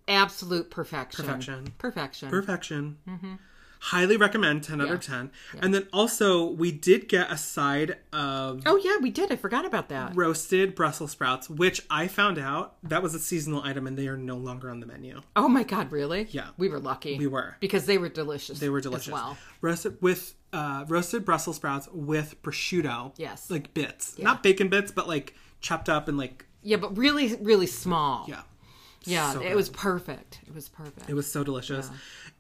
Speaker 1: absolute perfection.
Speaker 2: Perfection.
Speaker 1: Perfection.
Speaker 2: Perfection. Highly recommend. Ten out of ten. And then also we did get a side of
Speaker 1: oh yeah, we did. I forgot about that.
Speaker 2: roasted Brussels sprouts, which I found out that was a seasonal item and they are no longer on the menu.
Speaker 1: Oh my god, really?
Speaker 2: Yeah.
Speaker 1: We were lucky.
Speaker 2: We were.
Speaker 1: Because they were delicious.
Speaker 2: They were delicious.
Speaker 1: As well.
Speaker 2: Roasted with uh, roasted Brussels sprouts with prosciutto.
Speaker 1: Yes.
Speaker 2: Like bits. Not bacon bits, but like chopped up and like,
Speaker 1: Yeah, but really, really small.
Speaker 2: yeah.
Speaker 1: Yeah,
Speaker 2: So
Speaker 1: it
Speaker 2: good.
Speaker 1: was perfect. It was perfect.
Speaker 2: It was so delicious.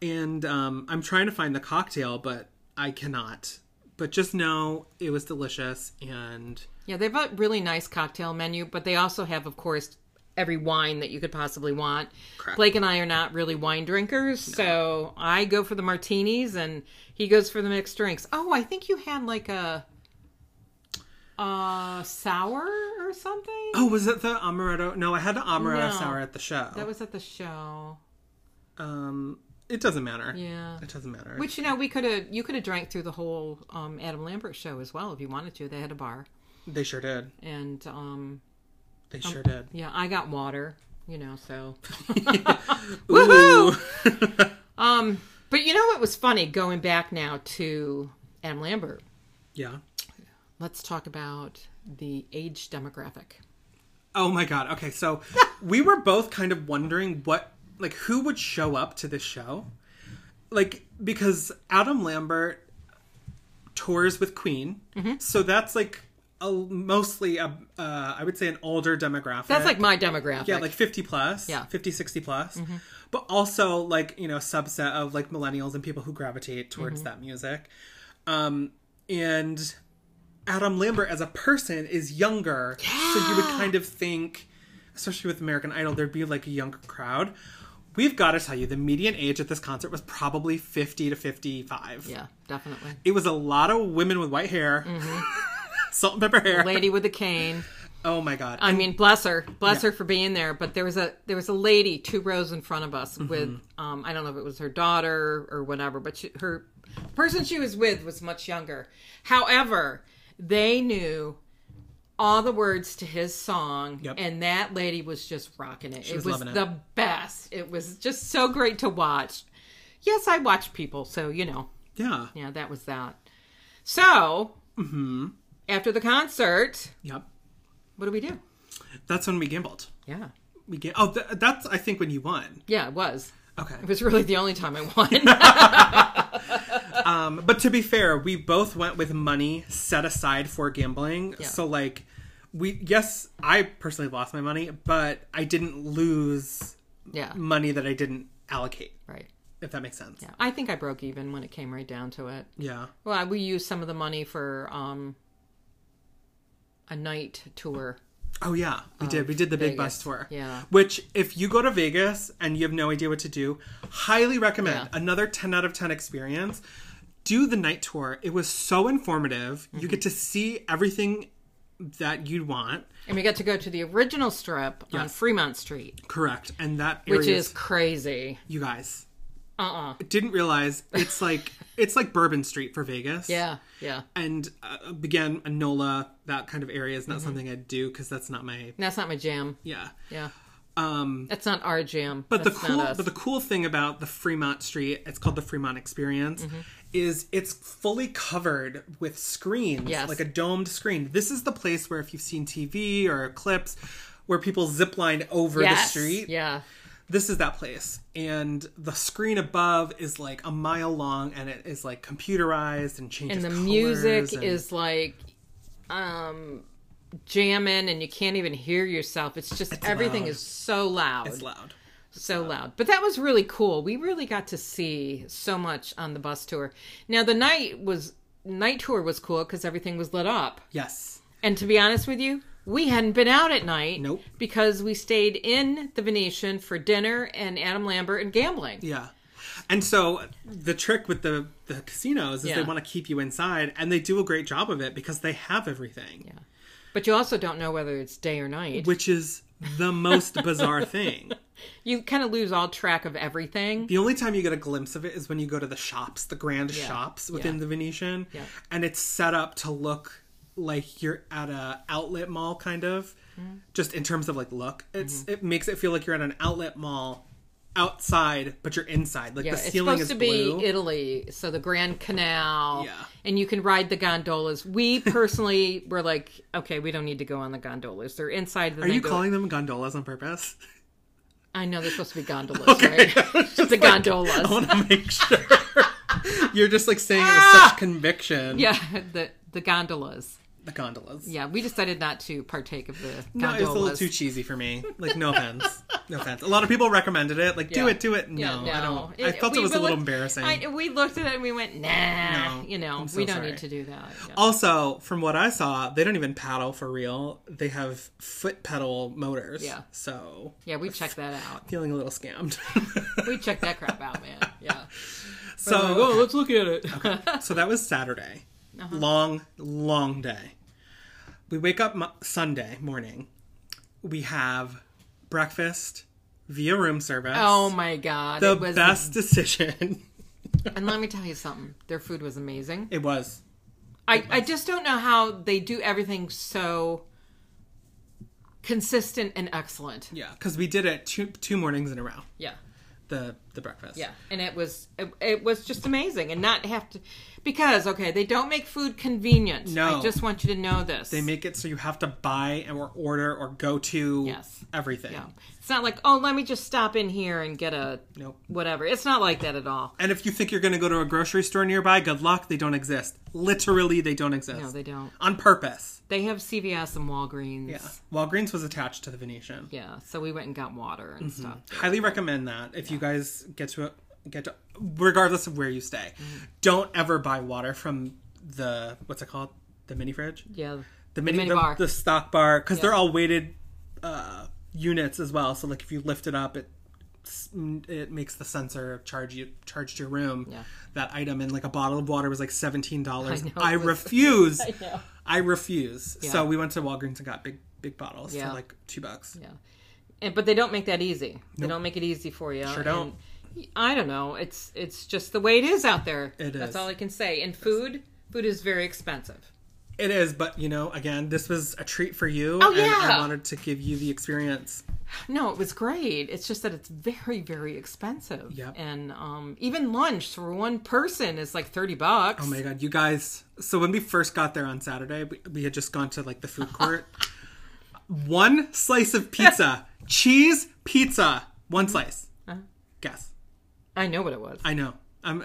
Speaker 2: And um, I'm trying to find the cocktail, but I cannot. But just know it was delicious. And
Speaker 1: yeah, they've a really nice cocktail menu, but they also have, of course, every wine that you could possibly want.
Speaker 2: Correct.
Speaker 1: Blake and I are not really wine drinkers, so I go for the martinis and he goes for the mixed drinks. Oh, I think you had like a uh sour or something.
Speaker 2: oh, was it the amaretto? No, I had the
Speaker 1: No.
Speaker 2: amaretto sour at the show.
Speaker 1: That was at the show.
Speaker 2: um, it doesn't matter.
Speaker 1: Yeah.
Speaker 2: It doesn't matter.
Speaker 1: Which you know we could have you could have drank through the whole um, Adam Lambert show as well if you wanted to. They had a bar
Speaker 2: they sure did.
Speaker 1: and um,
Speaker 2: They sure did.
Speaker 1: yeah I got water you know so
Speaker 2: Woohoo!
Speaker 1: um but you know what was funny going back now to Adam Lambert.
Speaker 2: yeah.
Speaker 1: Let's talk about the age demographic.
Speaker 2: Oh my god. Okay, so we were both kind of wondering what like who would show up to this show? Like because Adam Lambert tours with Queen.
Speaker 1: Mm-hmm.
Speaker 2: So that's like a, mostly a uh, I would say an older demographic.
Speaker 1: That's like my demographic.
Speaker 2: yeah, like 50 plus,
Speaker 1: Yeah.
Speaker 2: 50 60 plus. But also like, you know, a subset of like millennials and people who gravitate towards that music. Um and Adam Lambert as a person is younger. So you would kind of think, especially with American Idol, there'd be like a younger crowd. We've got to tell you, the median age at this concert was probably 50 to 55.
Speaker 1: yeah, definitely.
Speaker 2: It was a lot of women with white hair, salt and pepper hair.
Speaker 1: Lady with a cane.
Speaker 2: Oh my God.
Speaker 1: I mean, bless her, bless her for being there. But there was a there was a lady two rows in front of us
Speaker 2: Mm-hmm.
Speaker 1: with um, I don't know if it was her daughter or whatever, but she, her the person she was with was much younger. However, they knew all the words to his song,
Speaker 2: Yep.
Speaker 1: and that lady was just rocking it. it
Speaker 2: was
Speaker 1: was,
Speaker 2: loving it.
Speaker 1: the best. It was just so great to watch. Yes, I watch people, so you know,
Speaker 2: yeah.
Speaker 1: yeah, that was that. So
Speaker 2: Mm-hmm.
Speaker 1: after the concert,
Speaker 2: Yep.
Speaker 1: what do we do?
Speaker 2: That's when we gambled.
Speaker 1: Yeah.
Speaker 2: We get oh th- that's I think when you won.
Speaker 1: Yeah, it was.
Speaker 2: Okay,
Speaker 1: It was really the only time I won.
Speaker 2: um, but to be fair, we both went with money set aside for gambling. So like, we yes, I personally lost my money, but I didn't lose
Speaker 1: yeah,
Speaker 2: money that I didn't allocate.
Speaker 1: right.
Speaker 2: If that makes sense.
Speaker 1: Yeah, I think I broke even when it came right down to it.
Speaker 2: Yeah.
Speaker 1: Well, we used some of the money for um a night tour.
Speaker 2: Oh yeah, we did. We did the big
Speaker 1: Um, Vegas.
Speaker 2: bus tour.
Speaker 1: Yeah.
Speaker 2: Which, if you go to Vegas and you have no idea what to do, highly recommend.
Speaker 1: Yeah.
Speaker 2: Another ten out of ten experience. Do the night tour. It was so informative.
Speaker 1: Mm-hmm.
Speaker 2: You get to see everything that you'd want.
Speaker 1: And we got to go to the original strip on
Speaker 2: Yes.
Speaker 1: Fremont Street,
Speaker 2: Correct. And that area
Speaker 1: which is crazy.
Speaker 2: you guys
Speaker 1: Uh-uh.
Speaker 2: didn't realize it's like it's like Bourbon Street for Vegas.
Speaker 1: Yeah, yeah.
Speaker 2: And uh, again, Anola, that kind of area is
Speaker 1: Mm-hmm.
Speaker 2: not something I'd do because that's not my
Speaker 1: That's not my jam.
Speaker 2: yeah.
Speaker 1: Yeah.
Speaker 2: Um,
Speaker 1: That's not our jam.
Speaker 2: but the
Speaker 1: That's
Speaker 2: cool
Speaker 1: not us.
Speaker 2: but the cool thing about the Fremont Street, it's called the Fremont Experience,
Speaker 1: Mm-hmm.
Speaker 2: is it's fully covered with screens,
Speaker 1: Yes.
Speaker 2: like a domed screen. This is the place where if you've seen TV or clips where people ziplined over the
Speaker 1: Yes,
Speaker 2: street,
Speaker 1: Yeah.
Speaker 2: this is that place and the screen above is like a mile long and it is like computerized and changes
Speaker 1: and the
Speaker 2: colors
Speaker 1: music
Speaker 2: and-
Speaker 1: is like um jamming and you can't even hear yourself it's just everything
Speaker 2: loud.
Speaker 1: is so loud
Speaker 2: it's loud
Speaker 1: so loud but that was really cool we really got to see so much on the bus tour now the night was night tour was cool because everything was lit up
Speaker 2: yes
Speaker 1: and to be honest with you we hadn't been out at night
Speaker 2: Nope.
Speaker 1: because we stayed in the venetian for dinner and adam lambert and gambling
Speaker 2: yeah and so the trick with the the casinos is
Speaker 1: Yeah.
Speaker 2: they want to keep you inside and they do a great job of it because they have everything
Speaker 1: but you also don't know whether it's day or night
Speaker 2: which is the most bizarre thing
Speaker 1: you kind of lose all track of everything
Speaker 2: the only time you get a glimpse of it is when you go to the shops the grand shops within
Speaker 1: yeah.
Speaker 2: the venetian
Speaker 1: Yeah.
Speaker 2: and it's set up to look like you're at a outlet mall kind of
Speaker 1: Mm-hmm.
Speaker 2: just in terms of like look it's it makes it feel like you're at an outlet mall outside but you're inside like
Speaker 1: Yeah,
Speaker 2: the
Speaker 1: it's
Speaker 2: ceiling
Speaker 1: supposed
Speaker 2: is
Speaker 1: to
Speaker 2: blue
Speaker 1: be Italy, so the Grand Canal.
Speaker 2: Yeah.
Speaker 1: And you can ride the gondolas. We personally were like, okay, we don't need to go on the gondolas. They're inside the
Speaker 2: are you calling them gondolas on purpose
Speaker 1: I know they're supposed to be gondolas, right? the gondolas.
Speaker 2: i want to make sure You're just like saying it with such conviction.
Speaker 1: Ah! Yeah, the the gondolas.
Speaker 2: The gondolas.
Speaker 1: Yeah, we decided not to partake of the gondolas.
Speaker 2: No, it's a little too cheesy for me. Like, no offense, no offense. A lot of people recommended it. Like, do
Speaker 1: Yeah.
Speaker 2: it, do it. No,
Speaker 1: Yeah,
Speaker 2: I
Speaker 1: no.
Speaker 2: don't. I felt
Speaker 1: we
Speaker 2: it was a little
Speaker 1: looked-
Speaker 2: embarrassing.
Speaker 1: I, we looked at it and we went, nah.
Speaker 2: No,
Speaker 1: you know,
Speaker 2: I'm so
Speaker 1: we don't
Speaker 2: sorry. Oh.
Speaker 1: need to do that. Yeah.
Speaker 2: Also, from what I saw, they don't even paddle for real. They have foot pedal motors.
Speaker 1: Yeah.
Speaker 2: So
Speaker 1: Yeah, we checked that out.
Speaker 2: feeling a little scammed.
Speaker 1: We checked that crap out, man. Yeah.
Speaker 2: so oh,
Speaker 1: let's look at it.
Speaker 2: so that was Saturday.
Speaker 1: Uh-huh.
Speaker 2: Long, long day. We wake up mo- Sunday morning. We have breakfast via room service.
Speaker 1: oh my god,
Speaker 2: the
Speaker 1: it was.
Speaker 2: best decision.
Speaker 1: And let me tell you something. Their food was amazing.
Speaker 2: it was.
Speaker 1: I I just don't know how they do everything so consistent and excellent.
Speaker 2: Yeah, because we did it two two mornings in a row.
Speaker 1: Yeah.
Speaker 2: The the breakfast.
Speaker 1: Yeah, and it was it, it was just amazing, and not have to because okay, they don't make food convenient.
Speaker 2: No.
Speaker 1: I just want you to know this.
Speaker 2: They make it so you have to buy or order or go to
Speaker 1: Yes.
Speaker 2: everything.
Speaker 1: Yeah. It's not like, oh, let me just stop in here and get a
Speaker 2: Nope.
Speaker 1: whatever. It's not like that at all.
Speaker 2: And if you think you're going to go to a grocery store nearby, good luck. They don't exist. Literally, they don't exist.
Speaker 1: No, they don't.
Speaker 2: On purpose.
Speaker 1: They have CVS and Walgreens.
Speaker 2: Yeah. Walgreens was attached to the Venetian.
Speaker 1: Yeah, so we went and got water and
Speaker 2: Mm-hmm.
Speaker 1: stuff.
Speaker 2: Highly recommend that if you guys get to get to, regardless of where you stay,
Speaker 1: Mm-hmm.
Speaker 2: don't ever buy water from the what's it called the mini fridge,
Speaker 1: Yeah.
Speaker 2: the mini,
Speaker 1: mini
Speaker 2: the,
Speaker 1: bar.
Speaker 2: the stock bar because they're all weighted uh, units as well. So like if you lift it up, it s- it makes the sensor charge you charge to your room.
Speaker 1: Yeah.
Speaker 2: That item and like a bottle of water was like seventeen dollars.
Speaker 1: I know,
Speaker 2: I,
Speaker 1: it was-
Speaker 2: refuse. I,
Speaker 1: know.
Speaker 2: refuse. So we went to Walgreens and got big big bottles
Speaker 1: Yeah.
Speaker 2: for like two bucks.
Speaker 1: Yeah. And, but they don't make that easy. They don't make it easy for you. Sure
Speaker 2: don't.
Speaker 1: I don't know. It's it's just the way it is out there.
Speaker 2: It
Speaker 1: That's
Speaker 2: is.
Speaker 1: all I can say. And food, food is very expensive.
Speaker 2: It is, but you know, again, this was a treat for you.
Speaker 1: Oh,
Speaker 2: And I
Speaker 1: yeah.
Speaker 2: wanted to give you the experience.
Speaker 1: No, it was great. It's just that it's very, very expensive.
Speaker 2: Yep.
Speaker 1: And um, even lunch for one person is like thirty bucks.
Speaker 2: Oh my god, you guys. So when we first got there on Saturday, we, we had just gone to like the food court. one slice of pizza, cheese pizza, one slice. Guess.
Speaker 1: I know what it was.
Speaker 2: I know. Um,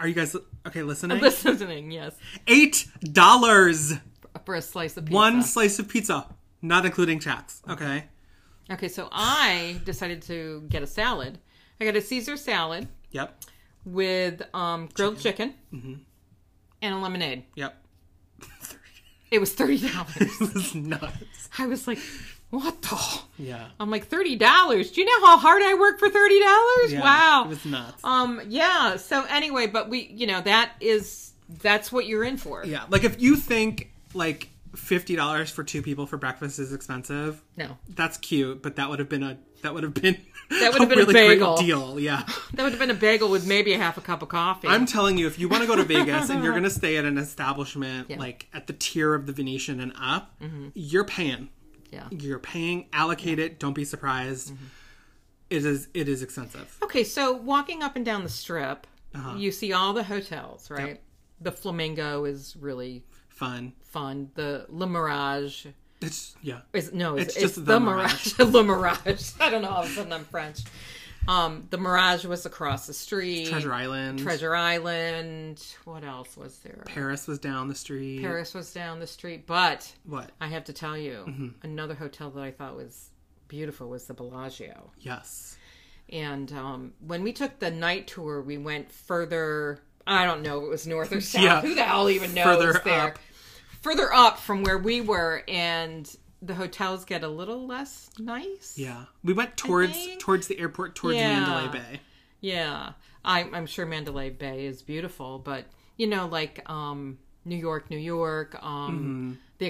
Speaker 2: are you guys okay? Listening.
Speaker 1: Listening, yes,
Speaker 2: Eight dollars.
Speaker 1: for a slice of pizza.
Speaker 2: One slice of pizza, not including tax. Okay.
Speaker 1: Okay, so I decided to get a salad. I got a Caesar salad
Speaker 2: Yep.
Speaker 1: with um, grilled chicken, Mm-hmm. and a lemonade.
Speaker 2: Yep.
Speaker 1: It was thirty dollars.
Speaker 2: this is nuts.
Speaker 1: I was like, "What the?"
Speaker 2: Yeah.
Speaker 1: I'm like, thirty dollars. Do you know how hard I work for thirty dollars?
Speaker 2: Yeah,
Speaker 1: wow,
Speaker 2: It was nuts.
Speaker 1: Um, yeah. So anyway, but we, you know, that is that's what you're in for.
Speaker 2: Yeah, like if you think like fifty dollars for two people for breakfast is expensive,
Speaker 1: No,
Speaker 2: that's cute, but that would have been a that would have been
Speaker 1: That would have been a
Speaker 2: great
Speaker 1: bagel.
Speaker 2: deal. Yeah,
Speaker 1: that would have been a bagel with maybe a half a cup of coffee.
Speaker 2: I'm telling you, if you want to go to Vegas and you're gonna stay at an establishment like at the tier of the Venetian and up,
Speaker 1: Mm-hmm.
Speaker 2: you're paying.
Speaker 1: yeah.
Speaker 2: You're paying. Allocate it. Don't be surprised.
Speaker 1: Mm-hmm.
Speaker 2: It is it is expensive.
Speaker 1: Okay, so walking up and down the strip,
Speaker 2: Uh-huh.
Speaker 1: you see all the hotels, right? The Flamingo is really
Speaker 2: Fun.
Speaker 1: fun. The Le Mirage
Speaker 2: It's yeah.
Speaker 1: is no, it's,
Speaker 2: It's
Speaker 1: it's
Speaker 2: just
Speaker 1: the,
Speaker 2: the
Speaker 1: Mirage. Le Mirage. I don't know. All of a sudden, I'm French. Um, the Mirage was across the street.
Speaker 2: Treasure Island.
Speaker 1: Treasure Island. What else was there?
Speaker 2: Paris was down the street.
Speaker 1: Paris was down the street, but
Speaker 2: What?
Speaker 1: I have to tell you,
Speaker 2: Mm-hmm.
Speaker 1: another hotel that I thought was beautiful was the Bellagio.
Speaker 2: Yes.
Speaker 1: And um, when we took the night tour, we went further. I don't know if it was north or south.
Speaker 2: Yeah.
Speaker 1: Who the hell even knows?
Speaker 2: Further
Speaker 1: there.
Speaker 2: up.
Speaker 1: Further up from where we were, and the hotels get a little less nice.
Speaker 2: Yeah. We went towards
Speaker 1: think-
Speaker 2: towards the airport towards
Speaker 1: Yeah.
Speaker 2: Mandalay Bay.
Speaker 1: Yeah. I, I'm sure Mandalay Bay is beautiful, but you know, like um, New York, New York,
Speaker 2: Mm-hmm.
Speaker 1: um, the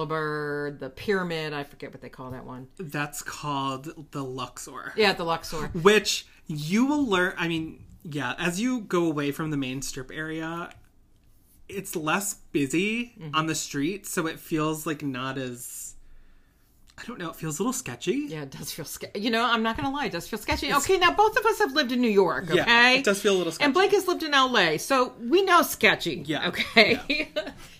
Speaker 1: Excalibur, the Pyramid. I forget what they call that one.
Speaker 2: That's called the Luxor,
Speaker 1: Yeah, the Luxor.
Speaker 2: which you will learn. I mean, yeah, as you go away from the main strip area, it's less busy
Speaker 1: Mm-hmm.
Speaker 2: on the street, so it feels like not as. I don't know. It feels a little sketchy.
Speaker 1: Yeah, it does feel sketchy. You know, I'm not going to lie, it does feel sketchy. okay, now both of us have lived in New York, okay?
Speaker 2: it does feel a little sketchy.
Speaker 1: And Blake has lived in LA, so we know sketchy.
Speaker 2: Yeah. Um,
Speaker 1: Okay.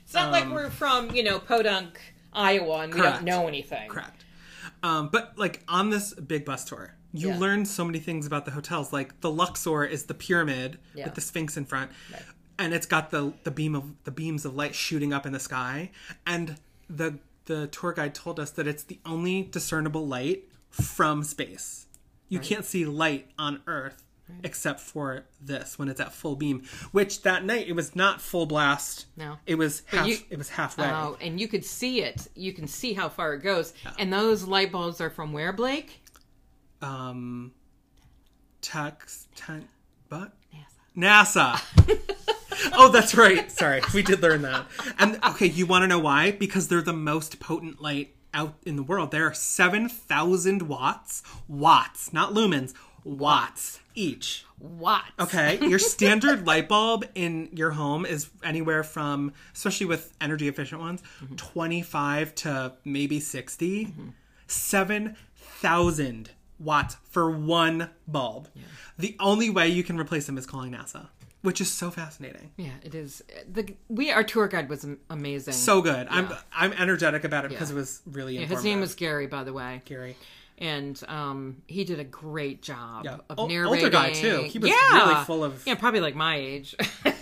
Speaker 1: it's not like we're from, you know, Podunk, Iowa, and we
Speaker 2: Correct.
Speaker 1: don't know anything.
Speaker 2: Correct. Um, but like on this big bus tour, you
Speaker 3: Yeah.
Speaker 2: learn so many things about the hotels. Like the Luxor is the pyramid
Speaker 3: Yeah.
Speaker 2: with the Sphinx in front, and it's got the the beam of the beams of light shooting up in the sky. And the the tour guide told us that it's the only discernible light from space. You can't see light on Earth except for this when it's at full beam. Which that night it was not full blast.
Speaker 1: No.
Speaker 2: it was half.
Speaker 1: you-
Speaker 2: it was halfway.
Speaker 1: Oh, and you could see it. You can see how far it goes. And those light bulbs are from where, Blake?
Speaker 2: um tax ten but
Speaker 1: NASA.
Speaker 2: NASA. oh, that's right. Sorry, we did learn that. And okay, you want to know why? Because they're the most potent light out in the world. They are seven thousand watts, watts, not lumens, watts each.
Speaker 1: What?
Speaker 2: Okay, your standard light bulb in your home is anywhere from, especially with energy efficient ones,
Speaker 1: Mm-hmm.
Speaker 2: 25 to maybe 60. 7,000 watts for one bulb. The only way you can replace them is calling NASA, which is so fascinating.
Speaker 1: Yeah, it is. The we our tour guide was am- amazing.
Speaker 2: So good. I'm I'm energetic about it because it was really
Speaker 1: his
Speaker 2: informative.
Speaker 1: name was Gary, by the way.
Speaker 2: Gary.
Speaker 1: and um, he did a great job of
Speaker 2: Ol-
Speaker 1: narrating.
Speaker 2: older guy, too. He was
Speaker 1: yeah.
Speaker 2: really full of-
Speaker 1: yeah, probably like my age.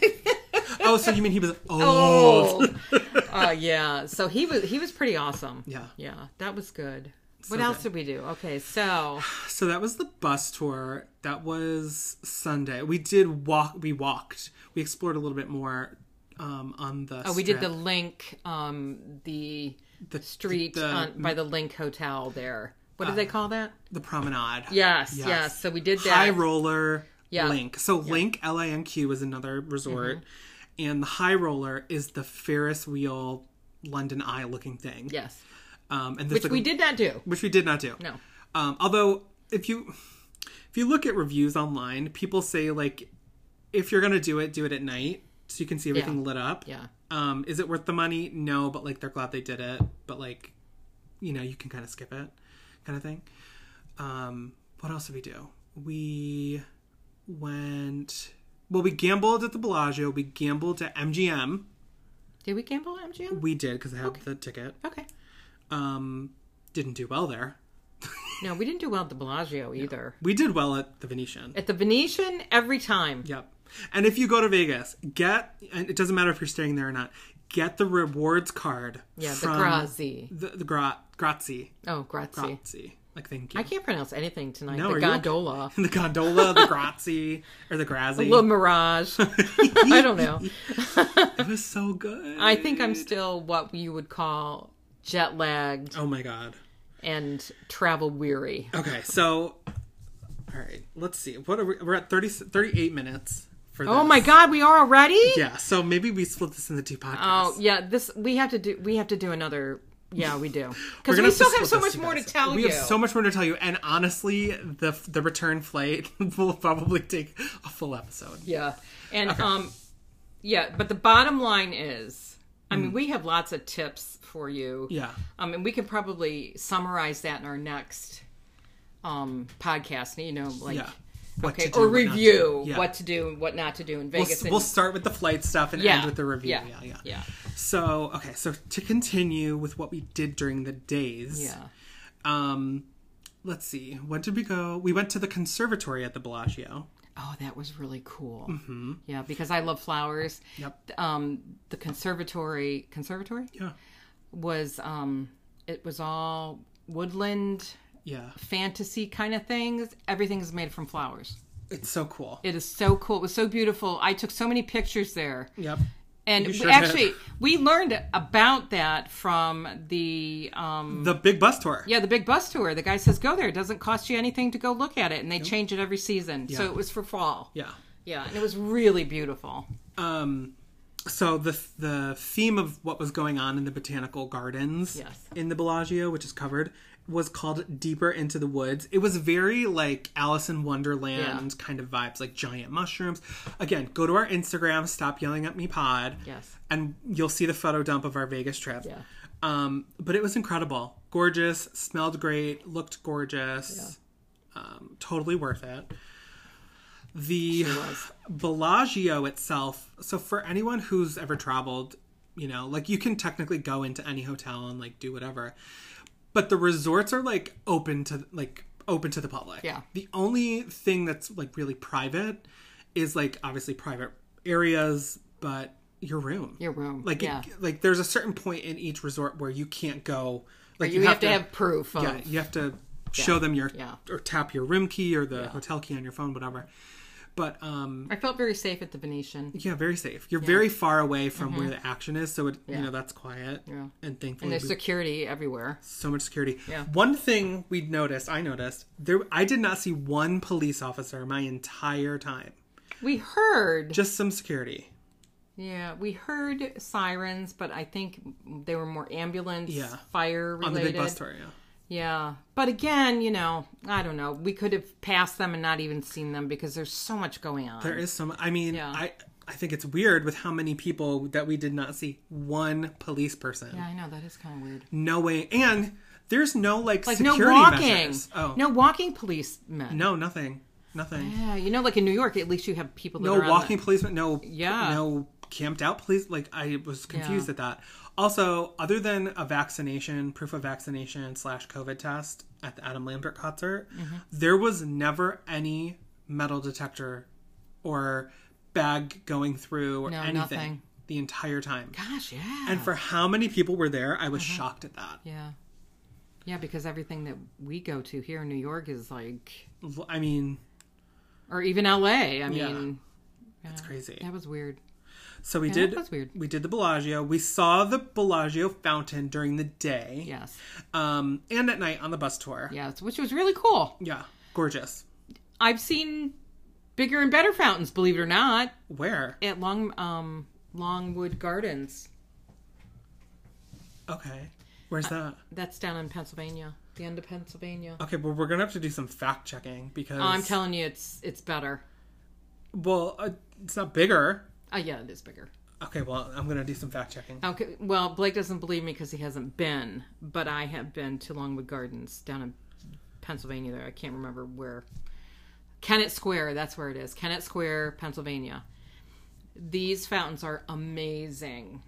Speaker 2: Oh, so you mean he was old?
Speaker 1: Oh, uh, yeah. So he was he was pretty awesome.
Speaker 2: Yeah.
Speaker 1: yeah, that was good. what else did we do? Okay, so
Speaker 2: So that was the bus tour. That was Sunday. We did walk. We walked. We explored a little bit more um, on the.
Speaker 1: oh, we did the link, um, the the street
Speaker 2: the-
Speaker 1: on, by the Link Hotel there. What do they call that?
Speaker 2: the promenade.
Speaker 1: Yes, yes, So we did that.
Speaker 2: High roller.
Speaker 1: Yeah. Mm-hmm.
Speaker 2: Link. So Link L I N Q is another resort, and the High Roller is the Ferris wheel London Eye looking thing.
Speaker 1: Yes,
Speaker 2: Um, and
Speaker 1: which
Speaker 2: like
Speaker 1: we did not do.
Speaker 2: which we did not do.
Speaker 1: No.
Speaker 2: Um, although if you if you look at reviews online, people say like if you're gonna do it, do it at night so you can see everything lit up.
Speaker 1: Yeah.
Speaker 2: Um, is it worth the money? No, but like they're glad they did it. But like, you know, you can kind of skip it, kind of thing. Um, what else did we do? We went. Well, we gambled at the Bellagio. We gambled at MGM.
Speaker 1: Did we gamble at MGM?
Speaker 2: We did because I had the ticket.
Speaker 1: Okay.
Speaker 2: Um, didn't do well there.
Speaker 1: No, we didn't do well at the Bellagio either.
Speaker 2: We did well at the Venetian.
Speaker 1: At the Venetian, every time.
Speaker 2: Yep. And if you go to Vegas, get and it doesn't matter if you're staying there or not. Get the rewards card.
Speaker 1: Yeah, the
Speaker 2: from
Speaker 1: Grazi.
Speaker 2: The, the gra, grazie,
Speaker 1: Oh, grazie.
Speaker 2: grazie. Like thank you.
Speaker 1: I can't pronounce anything tonight.
Speaker 2: No, are
Speaker 1: the
Speaker 2: you okay?
Speaker 1: gondola.
Speaker 2: the gondola, the grazie, or the grazie.
Speaker 1: Little Mirage. I don't know.
Speaker 2: It was so good.
Speaker 1: I think I'm still what you would call jet lagged
Speaker 2: Oh my god.
Speaker 1: and travel weary.
Speaker 2: Okay, so all right, let's see. What are we? We're at 30, 38 minutes for. This.
Speaker 1: Oh my god, we are already?
Speaker 2: Yeah, so maybe we split this into two podcasts.
Speaker 1: Oh yeah, this we have to do we have to do another yeah, we do.
Speaker 2: We're
Speaker 1: Because
Speaker 2: gonna
Speaker 1: we still
Speaker 2: split
Speaker 1: have so
Speaker 2: this,
Speaker 1: much
Speaker 2: you
Speaker 1: more to
Speaker 2: guys.
Speaker 1: tell
Speaker 2: we
Speaker 1: you.
Speaker 2: have so much more to tell you, and honestly, the the return flight will probably take a full episode.
Speaker 1: Yeah. And um yeah, but the bottom line is I mean, we have lots of tips for you.
Speaker 2: Mm. Yeah.
Speaker 1: Um and we can probably summarize that in our next um podcast, you know, like
Speaker 2: Yeah. What
Speaker 1: okay,
Speaker 2: to do,
Speaker 1: or
Speaker 2: what not to
Speaker 1: review
Speaker 2: do. Yeah.
Speaker 1: what to do and what not to do in
Speaker 2: We'll,
Speaker 1: Vegas. and-
Speaker 2: we'll start with the flight stuff and end with the review. Yeah. yeah,
Speaker 1: Yeah.
Speaker 2: So okay, so to continue with what we did during the days.
Speaker 1: Yeah.
Speaker 2: Um, let's see. When did we go? We went to the conservatory at the Bellagio.
Speaker 1: Oh, that was really cool. Yeah, because I love flowers.
Speaker 2: Mm-hmm. Yep.
Speaker 1: Um, the conservatory conservatory
Speaker 2: Yeah.
Speaker 1: was um, it was all woodland
Speaker 2: Yeah.
Speaker 1: fantasy kind of things. Everything is made from flowers.
Speaker 2: It's so cool.
Speaker 1: It is so cool. It was so beautiful. I took so many pictures there.
Speaker 2: yep.
Speaker 1: And
Speaker 2: You
Speaker 1: we-
Speaker 2: sure did.
Speaker 1: actually, we learned about that from the um,
Speaker 2: The big bus tour.
Speaker 1: yeah the big bus tour. The guy says go there. It doesn't cost you anything to go look at it, and they change it every season. So
Speaker 2: Yeah.
Speaker 1: it was for fall.
Speaker 2: Yeah.
Speaker 1: yeah, and it was really beautiful.
Speaker 2: um so the the theme of what was going on in the botanical gardens
Speaker 1: Yes.
Speaker 2: in the Bellagio, which is covered, was called Deeper into the Woods. It was very like Alice in Wonderland kind of vibes, like giant mushrooms. Again, go to our Instagram, stop yelling at me pod.
Speaker 1: Yes.
Speaker 2: And you'll see the photo dump of our Vegas trip.
Speaker 1: Yeah.
Speaker 2: Um, but it was incredible. Gorgeous, smelled great, looked gorgeous. Um, totally worth it the Bellagio itself. So for anyone who's ever traveled, you know, like you can technically go into any hotel and like do whatever, but the resorts are like open to like open to the public.
Speaker 1: Yeah.
Speaker 2: The only thing that's like really private is like obviously private areas, but your room.
Speaker 1: Your room.
Speaker 2: Like
Speaker 1: yeah.
Speaker 2: it, like there's a certain point in each resort where you can't go. Like
Speaker 1: you, have, to have proof. Of,
Speaker 2: yeah, you have to show them your
Speaker 1: Yeah.
Speaker 2: or tap your room key or the hotel key on your phone, whatever. But um
Speaker 1: I felt very safe at the Venetian.
Speaker 2: yeah, very safe. You're very far away from where the action is, so it you know that's quiet.
Speaker 1: Mm-hmm. Yeah.
Speaker 2: And thankfully
Speaker 1: And there's
Speaker 2: we-
Speaker 1: security everywhere.
Speaker 2: so much security.
Speaker 1: Yeah.
Speaker 2: One thing we noticed, I noticed, there I did not see one police officer my entire time.
Speaker 1: We heard.
Speaker 2: Just some security.
Speaker 1: Yeah, we heard sirens, but I think they were more ambulance,
Speaker 2: Yeah.
Speaker 1: fire
Speaker 2: On
Speaker 1: related.
Speaker 2: the big bus tour, yeah.
Speaker 1: Yeah. But again, you know, I don't know. We could have passed them and not even seen them because there's so much going on.
Speaker 2: There is some I mean,
Speaker 1: Yeah.
Speaker 2: I I think it's weird with how many people that we did not see one police person.
Speaker 1: yeah, I know. That is kind of weird.
Speaker 2: No way. And there's no like,
Speaker 1: Like,
Speaker 2: security
Speaker 1: no walking.
Speaker 2: measures. Oh.
Speaker 1: No walking policemen.
Speaker 2: No, nothing. Nothing.
Speaker 1: Yeah, you know, like in New York, at least you have people that
Speaker 2: no
Speaker 1: are on
Speaker 2: walking policemen no
Speaker 1: Yeah.
Speaker 2: no camped out police like i was confused at that also other than a vaccination proof of vaccination slash covid test at the adam lambert concert
Speaker 1: Mm-hmm.
Speaker 2: there was never any metal detector or bag going through or
Speaker 1: No,
Speaker 2: anything
Speaker 1: nothing.
Speaker 2: the entire time
Speaker 1: the- Gosh, yeah.
Speaker 2: and for how many people were there i was
Speaker 1: Mm-hmm.
Speaker 2: shocked at that
Speaker 1: yeah. Yeah, because everything that we go to here in New York is like,
Speaker 2: L- i mean
Speaker 1: or even LA. I mean,
Speaker 2: it's crazy
Speaker 1: that was weird.
Speaker 2: so we
Speaker 1: that
Speaker 2: did
Speaker 1: was weird.
Speaker 2: we did the bellagio we saw the bellagio fountain during the day
Speaker 1: Yes.
Speaker 2: um, and at night on the bus tour. Yeah,
Speaker 1: Yes, which was really cool.
Speaker 2: gorgeous.
Speaker 1: I've seen bigger and better fountains, believe it or not,
Speaker 2: Where?
Speaker 1: at Long um, Longwood Gardens.
Speaker 2: Okay, where's that?
Speaker 1: That's down in Pennsylvania, the end of Pennsylvania.
Speaker 2: Okay, well, we're gonna have to do some fact checking because
Speaker 1: I'm telling you, it's it's better.
Speaker 2: well, uh, it's not bigger.
Speaker 1: Uh, yeah, it is bigger.
Speaker 2: Okay, well, I'm gonna do some fact checking.
Speaker 1: Okay. Well, Blake doesn't believe me because he hasn't been, but I have been to Longwood Gardens down in Pennsylvania. There, I can't remember where. Kennett Square. That's where it is. Kennett Square, Pennsylvania. These fountains are amazing.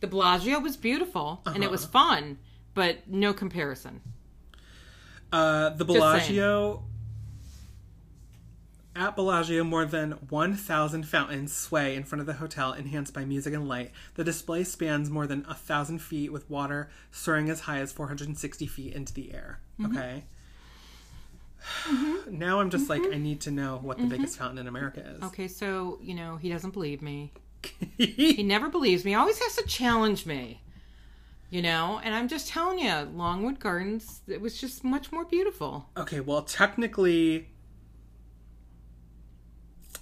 Speaker 1: The Bellagio was beautiful and it was fun, but no comparison.
Speaker 2: Uh, the
Speaker 1: saying.
Speaker 2: Bellagio. At Bellagio, more than 1,000 fountains sway in front of the hotel, enhanced by music and light. The display spans more than 1,000 feet, with water soaring as high as 460 feet into the air. Okay. Now I'm just like, I need to know what the biggest fountain in America is.
Speaker 1: Okay, so you know he doesn't believe me. He never believes me. Always has to challenge me. You know, and I'm just telling you, Longwood Gardens. It was just much more beautiful.
Speaker 2: Okay, well, technically,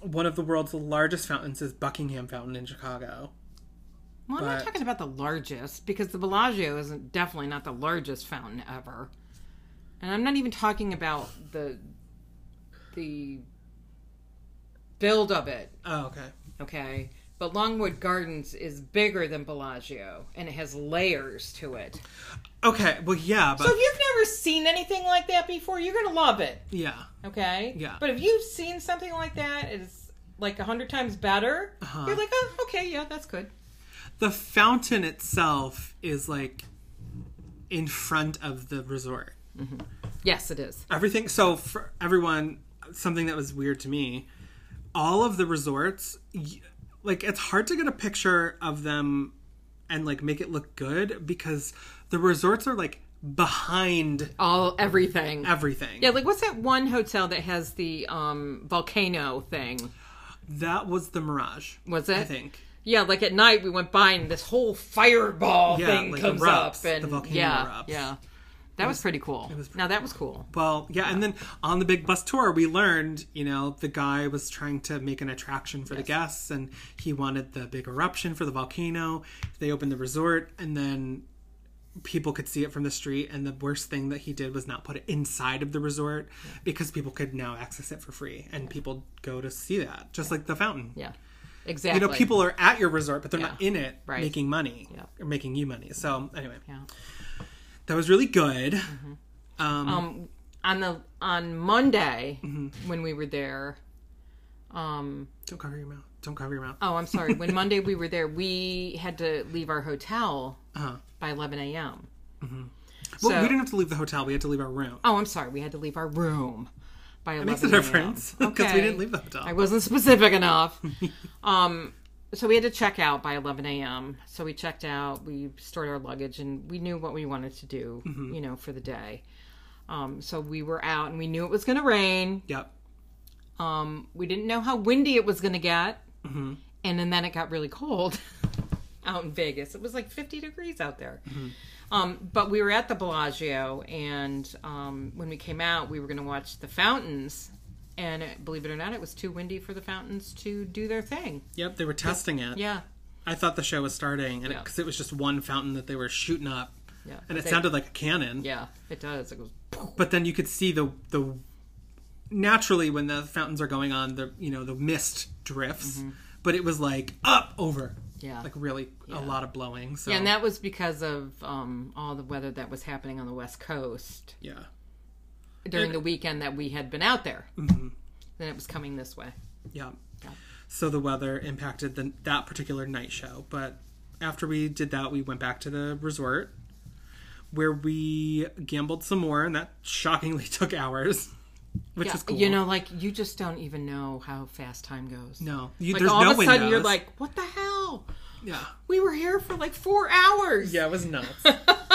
Speaker 2: one of the world's largest fountains is Buckingham Fountain in Chicago.
Speaker 1: Well, I'm not
Speaker 2: But-
Speaker 1: talking about the largest because the Bellagio isn't definitely not the largest fountain ever, and I'm not even talking about the the build of it.
Speaker 2: Oh, okay.
Speaker 1: Okay, but Longwood Gardens is bigger than Bellagio, and it has layers to it.
Speaker 2: Okay, well, yeah, but
Speaker 1: So if you've never seen anything like that before, you're gonna love it.
Speaker 2: yeah.
Speaker 1: Okay.
Speaker 2: Yeah.
Speaker 1: But if you've seen something like that, it's like a hundred times better.
Speaker 2: Uh-huh.
Speaker 1: You're like, oh, okay, yeah, that's good.
Speaker 2: the fountain itself is like in front of the resort.
Speaker 1: Yes, it is.
Speaker 2: Everything. So for everyone, something that was weird to me, all of the resorts, y- like it's hard to get a picture of them and like make it look good because the resorts are like behind
Speaker 1: All everything.
Speaker 2: everything.
Speaker 1: Yeah, like what's that one hotel that has the um volcano thing?
Speaker 2: That was the Mirage.
Speaker 1: Was it?
Speaker 2: I think.
Speaker 1: Yeah, like at night we went by and this whole fireball
Speaker 2: Yeah,
Speaker 1: thing
Speaker 2: like
Speaker 1: comes
Speaker 2: erupts,
Speaker 1: up and
Speaker 2: the volcano
Speaker 1: yeah,
Speaker 2: erupts.
Speaker 1: yeah. That was, pretty cool. now that was cool.
Speaker 2: Well, yeah, and then on the big bus tour, we learned, you know, the guy was trying to make an attraction for the guests, and he wanted the big eruption for the volcano. They opened the resort, and then people could see it from the street. And the worst thing that he did was not put it inside of the resort because people could now access it for free, and people go to see that, just like the fountain.
Speaker 1: Yeah. Exactly.
Speaker 2: You know, people are at your resort, but they're not in it
Speaker 1: right.
Speaker 2: making money
Speaker 1: Yeah.
Speaker 2: or making you money. So, anyway,
Speaker 1: Yeah. Mm-hmm.
Speaker 2: that was really good.
Speaker 1: um on the on Monday
Speaker 2: Mm-hmm.
Speaker 1: when we were there um
Speaker 2: Don't cover your mouth. Don't cover your mouth.
Speaker 1: oh I'm sorry when Monday we were there we had to leave our hotel
Speaker 2: Uh-huh.
Speaker 1: by 11 a.m.
Speaker 2: Well,
Speaker 1: So-
Speaker 2: we didn't have to leave the hotel. We had to leave our room.
Speaker 1: Oh, I'm sorry. We had to leave our room by 11
Speaker 2: makes a
Speaker 1: a.m.
Speaker 2: difference, 'cause we didn't leave the hotel.
Speaker 1: I wasn't specific enough. um, so we had to check out by 11 a.m. So we checked out. We stored our luggage, and we knew what we wanted to do, you know, for the day. Um, so we were out, and we knew it was going to rain.
Speaker 2: Yep.
Speaker 1: Um, we didn't know how windy it was going to get,
Speaker 2: Mm-hmm.
Speaker 1: and, and then it got really cold out in Vegas. It was like 50 degrees out there.
Speaker 2: Mm-hmm.
Speaker 1: Um, but we were at the Bellagio, and um, when we came out, we were going to watch the fountains. And it, believe it or not, it was too windy for the fountains to do their thing.
Speaker 2: Yep. They were testing it.
Speaker 1: Yeah,
Speaker 2: I thought the show was starting, and
Speaker 1: Yeah.
Speaker 2: because it, was just one fountain that they were shooting up,
Speaker 1: yeah.
Speaker 2: and it
Speaker 1: They-
Speaker 2: sounded like a cannon.
Speaker 1: Yeah, it does. It goes. poof.
Speaker 2: But then you could see the the naturally when the fountains are going on, the you know the mist drifts, but it was like up over,
Speaker 1: Mm-hmm. Yeah.
Speaker 2: like really a lot of blowing. So
Speaker 1: and that was because of um, all the weather that was happening on the West Coast
Speaker 2: yeah.
Speaker 1: during the weekend that we had been out there.
Speaker 2: Mm-hmm.
Speaker 1: Then it was coming this way.
Speaker 2: Yeah. So the weather impacted the, that particular night show. But after we did that, we went back to the resort where we gambled some more, and that shockingly took hours, which
Speaker 1: Yeah,
Speaker 2: is cool.
Speaker 1: You know, like you just don't even know how fast time goes.
Speaker 2: no, you,
Speaker 1: Like
Speaker 2: there's
Speaker 1: all
Speaker 2: no
Speaker 1: of a sudden you're
Speaker 2: windows.
Speaker 1: like, what the hell?
Speaker 2: yeah,
Speaker 1: We were here for like four hours.
Speaker 2: yeah, it was nuts.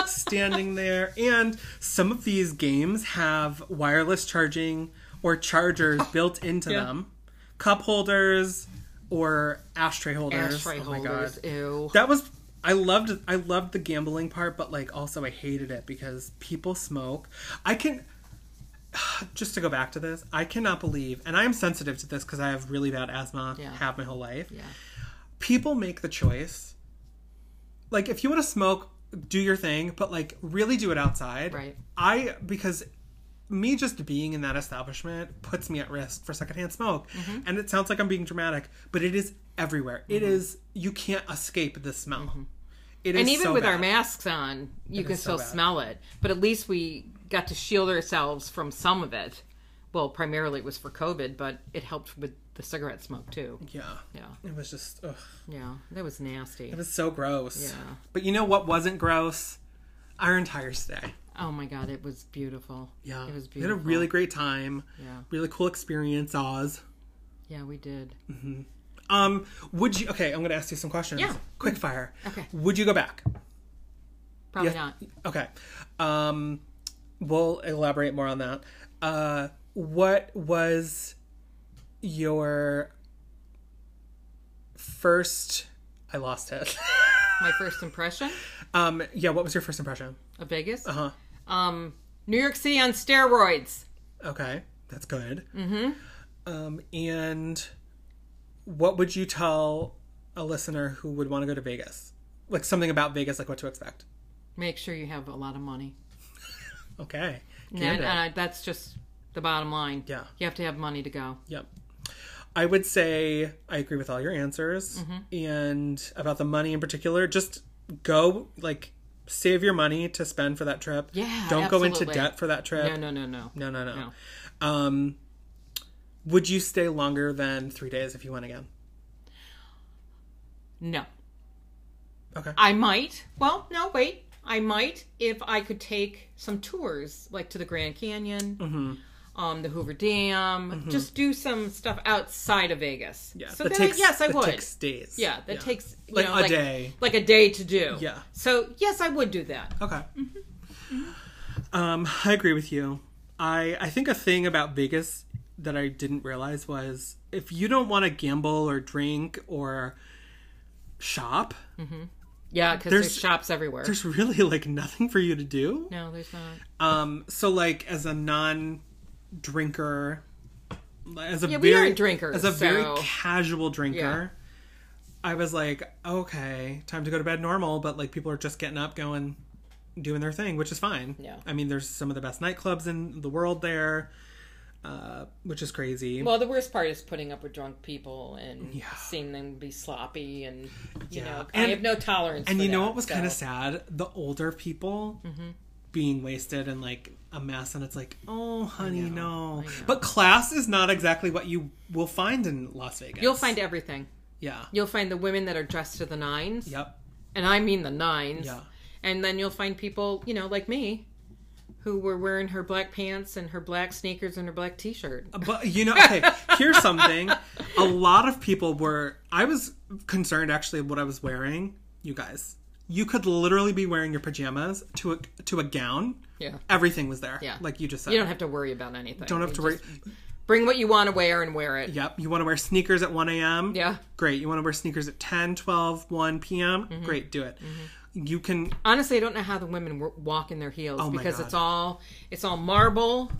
Speaker 2: Standing there, and some of these games have wireless charging or chargers built
Speaker 1: Oh,
Speaker 2: into
Speaker 1: Yeah.
Speaker 2: them, cup holders or ashtray holders.
Speaker 1: Ashtray
Speaker 2: oh my god.
Speaker 1: holders. Ew.
Speaker 2: that was I loved I loved the gambling part, but like also I hated it because people smoke. I can just to go back to this, I cannot believe, and I am sensitive to this because I have really bad asthma,
Speaker 1: Yeah.
Speaker 2: have my whole life.
Speaker 1: Yeah.
Speaker 2: People make the choice. Like if you want to smoke, do your thing, but like really do it outside.
Speaker 1: Right.
Speaker 2: I because me just being in that establishment puts me at risk for secondhand smoke.
Speaker 1: Mm-hmm.
Speaker 2: And it sounds like I'm being dramatic, but it is everywhere. It is you can't escape the smell. It is
Speaker 1: Mm-hmm. And even
Speaker 2: so
Speaker 1: with
Speaker 2: bad.
Speaker 1: our masks on, you can
Speaker 2: is so
Speaker 1: still
Speaker 2: bad.
Speaker 1: smell it. But at least we got to shield ourselves from some of it. Well, primarily it was for COVID, but it helped with the cigarette smoke too.
Speaker 2: Yeah.
Speaker 1: Yeah.
Speaker 2: It was just ugh.
Speaker 1: Yeah. That was nasty.
Speaker 2: It was so gross.
Speaker 1: Yeah.
Speaker 2: But you know what wasn't gross? Our entire stay.
Speaker 1: Oh my God. It was beautiful.
Speaker 2: Yeah.
Speaker 1: It was
Speaker 2: We had a
Speaker 1: beautiful.
Speaker 2: really great time.
Speaker 1: Yeah.
Speaker 2: Really cool experience, Oz.
Speaker 1: Yeah, we did.
Speaker 2: Um, would you okay, I'm gonna ask you some questions.
Speaker 1: Yeah.
Speaker 2: Quick fire.
Speaker 1: Okay.
Speaker 2: Would you go back?
Speaker 1: Probably
Speaker 2: Yeah.
Speaker 1: not.
Speaker 2: Okay. Um, we'll elaborate more on that. Uh, what was your first? I lost it.
Speaker 1: My first impression
Speaker 2: um, yeah. What was your first impression?
Speaker 1: of Vegas.
Speaker 2: Uh huh.
Speaker 1: Um, New York City on steroids.
Speaker 2: Okay, that's good. Mm-hmm. Um, and what would you tell a listener who would want to go to Vegas? Like something about Vegas, like what to expect.
Speaker 1: Make sure you have a lot of money.
Speaker 2: Okay.
Speaker 1: And,
Speaker 2: Candid.
Speaker 1: uh, that's just the bottom line.
Speaker 2: Yeah.
Speaker 1: You have to have money to go.
Speaker 2: Yep. I would say I agree with all your answers
Speaker 1: Mm-hmm.
Speaker 2: and about the money in particular. Just go, like, save your money to spend for that trip.
Speaker 1: Yeah,
Speaker 2: Don't go into
Speaker 1: absolutely.
Speaker 2: debt for that trip.
Speaker 1: No, no, no, no.
Speaker 2: No, no, no. Um, would you stay longer than three days if you went again?
Speaker 1: No.
Speaker 2: Okay.
Speaker 1: I might. Well, no, wait. I might if I could take some tours, like to the Grand Canyon,
Speaker 2: Mm-hmm.
Speaker 1: um, the Hoover Dam, just do some stuff outside of Vegas.
Speaker 2: yeah.
Speaker 1: So
Speaker 2: that
Speaker 1: then,
Speaker 2: takes,
Speaker 1: yes, I
Speaker 2: that
Speaker 1: would.
Speaker 2: takes days.
Speaker 1: yeah, that takes you
Speaker 2: Like
Speaker 1: know,
Speaker 2: a
Speaker 1: like,
Speaker 2: day.
Speaker 1: like a day to do.
Speaker 2: Yeah.
Speaker 1: So yes, I would do that.
Speaker 2: Okay. Um, I agree with you. I I think a thing about Vegas that I didn't realize was if you don't want to gamble or drink or shop,
Speaker 1: Yeah, because there's,
Speaker 2: There's-
Speaker 1: shops everywhere.
Speaker 2: there's really like nothing for you to do.
Speaker 1: no, there's not.
Speaker 2: Um, so like as a non-drinker, as a
Speaker 1: Yeah,
Speaker 2: very
Speaker 1: we aren't drinkers,
Speaker 2: as a very
Speaker 1: so-
Speaker 2: casual drinker.
Speaker 1: Yeah.
Speaker 2: I was like, okay, time to go to bed normal, but like people are just getting up, going, doing their thing, which is fine.
Speaker 1: Yeah.
Speaker 2: I mean, there's some of the best nightclubs in the world there, uh, which is crazy.
Speaker 1: Well, the worst part is putting up with drunk people and seeing them be sloppy, and you
Speaker 2: Yeah.
Speaker 1: know, I
Speaker 2: And-
Speaker 1: have no tolerance.
Speaker 2: and
Speaker 1: for
Speaker 2: you know
Speaker 1: that,
Speaker 2: what was
Speaker 1: so- Mm-hmm.
Speaker 2: kind of sad? The older people being wasted and like a mess, and it's like, oh, honey, no. But class is not exactly what you will find in Las Vegas.
Speaker 1: You'll find everything.
Speaker 2: Yeah.
Speaker 1: You'll find the women that are dressed to the nines,
Speaker 2: Yep.
Speaker 1: and I mean the nines.
Speaker 2: Yeah.
Speaker 1: And then you'll find people, you know, like me, who were wearing her black pants and her black sneakers and her black T-shirt.
Speaker 2: But you know, okay, here's something. A lot of people were. I was concerned actually what I was wearing. You guys, you could literally be wearing your pajamas to a to a gown.
Speaker 1: Yeah.
Speaker 2: Everything was there.
Speaker 1: Yeah.
Speaker 2: like you just said.
Speaker 1: You don't have to worry about anything.
Speaker 2: Don't have
Speaker 1: You
Speaker 2: to worry.
Speaker 1: just Bring what you want to wear and wear it.
Speaker 2: Yep. You want to wear sneakers at 1 a.m.?
Speaker 1: Yeah.
Speaker 2: Great. You want to wear sneakers at 10, 12, 1 p.m.?
Speaker 1: Mm-hmm.
Speaker 2: Great. Do it. You can,
Speaker 1: Honestly, I don't know how the women w- walk in their heels
Speaker 2: Oh my
Speaker 1: because it's
Speaker 2: God. Mm-hmm.
Speaker 1: all it's all marble.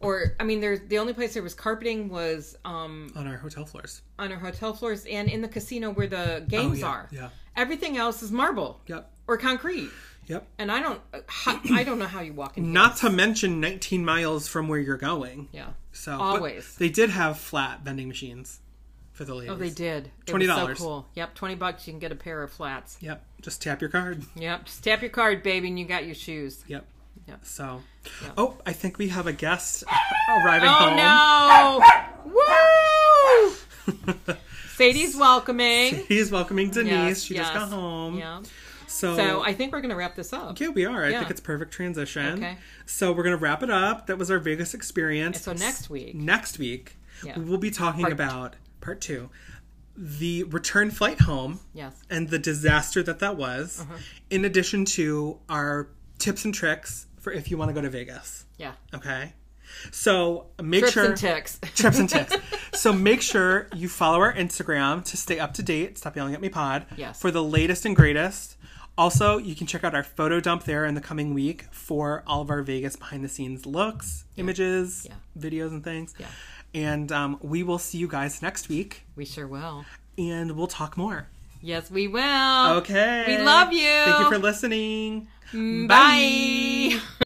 Speaker 1: Or I mean, there's the only place there was carpeting was um,
Speaker 2: on our hotel floors.
Speaker 1: on our hotel floors and in the casino where the games
Speaker 2: Oh, yeah,
Speaker 1: are.
Speaker 2: yeah.
Speaker 1: Everything else is marble
Speaker 2: Yep.
Speaker 1: or concrete.
Speaker 2: Yep.
Speaker 1: And I don't how, I don't know how you walk in. heels.
Speaker 2: Not to mention 19 miles from where you're going.
Speaker 1: yeah.
Speaker 2: So, but
Speaker 1: Always.
Speaker 2: They did have flat vending machines for the ladies.
Speaker 1: Oh, they did. It was
Speaker 2: $20.
Speaker 1: So cool. Yep, twenty bucks. You can get a pair of flats.
Speaker 2: Yep. Just tap your card.
Speaker 1: Yep. Just tap your card, baby, and you got your shoes.
Speaker 2: Yep.
Speaker 1: Yep.
Speaker 2: So, oh, I think we have a guest arriving home.
Speaker 1: Oh no! Woo! Sadie's welcoming.
Speaker 2: He's welcoming Denise.
Speaker 1: Yes,
Speaker 2: she
Speaker 1: yes.
Speaker 2: just got home.
Speaker 1: Yeah.
Speaker 2: So,
Speaker 1: So I think we're gonna wrap this up.
Speaker 2: Yeah, we are. I
Speaker 1: Yeah.
Speaker 2: think it's perfect transition.
Speaker 1: Okay.
Speaker 2: So we're gonna wrap it up. That was our Vegas experience.
Speaker 1: So next week.
Speaker 2: Next week,
Speaker 1: Yeah.
Speaker 2: we'll be talking about part two, the return flight home,
Speaker 1: Yes.
Speaker 2: and the disaster that that was.
Speaker 1: Uh-huh.
Speaker 2: In addition to our tips and tricks for if you want to go to Vegas.
Speaker 1: Yeah.
Speaker 2: Okay. So make
Speaker 1: Trips
Speaker 2: sure
Speaker 1: and ticks.
Speaker 2: trips and tips. so make sure you follow our Instagram to stay up to date. Stop yelling at me, pod.
Speaker 1: Yes.
Speaker 2: For the latest and greatest. Also, you can check out our photo dump there in the coming week for all of our Vegas behind the scenes looks, images,
Speaker 1: Yeah.
Speaker 2: videos, and things.
Speaker 1: Yeah.
Speaker 2: And um, we will see you guys next week
Speaker 1: We sure will.
Speaker 2: and we'll talk more.
Speaker 1: Yes, we will.
Speaker 2: Okay.
Speaker 1: We love you.
Speaker 2: Thank you for listening.
Speaker 1: Bye.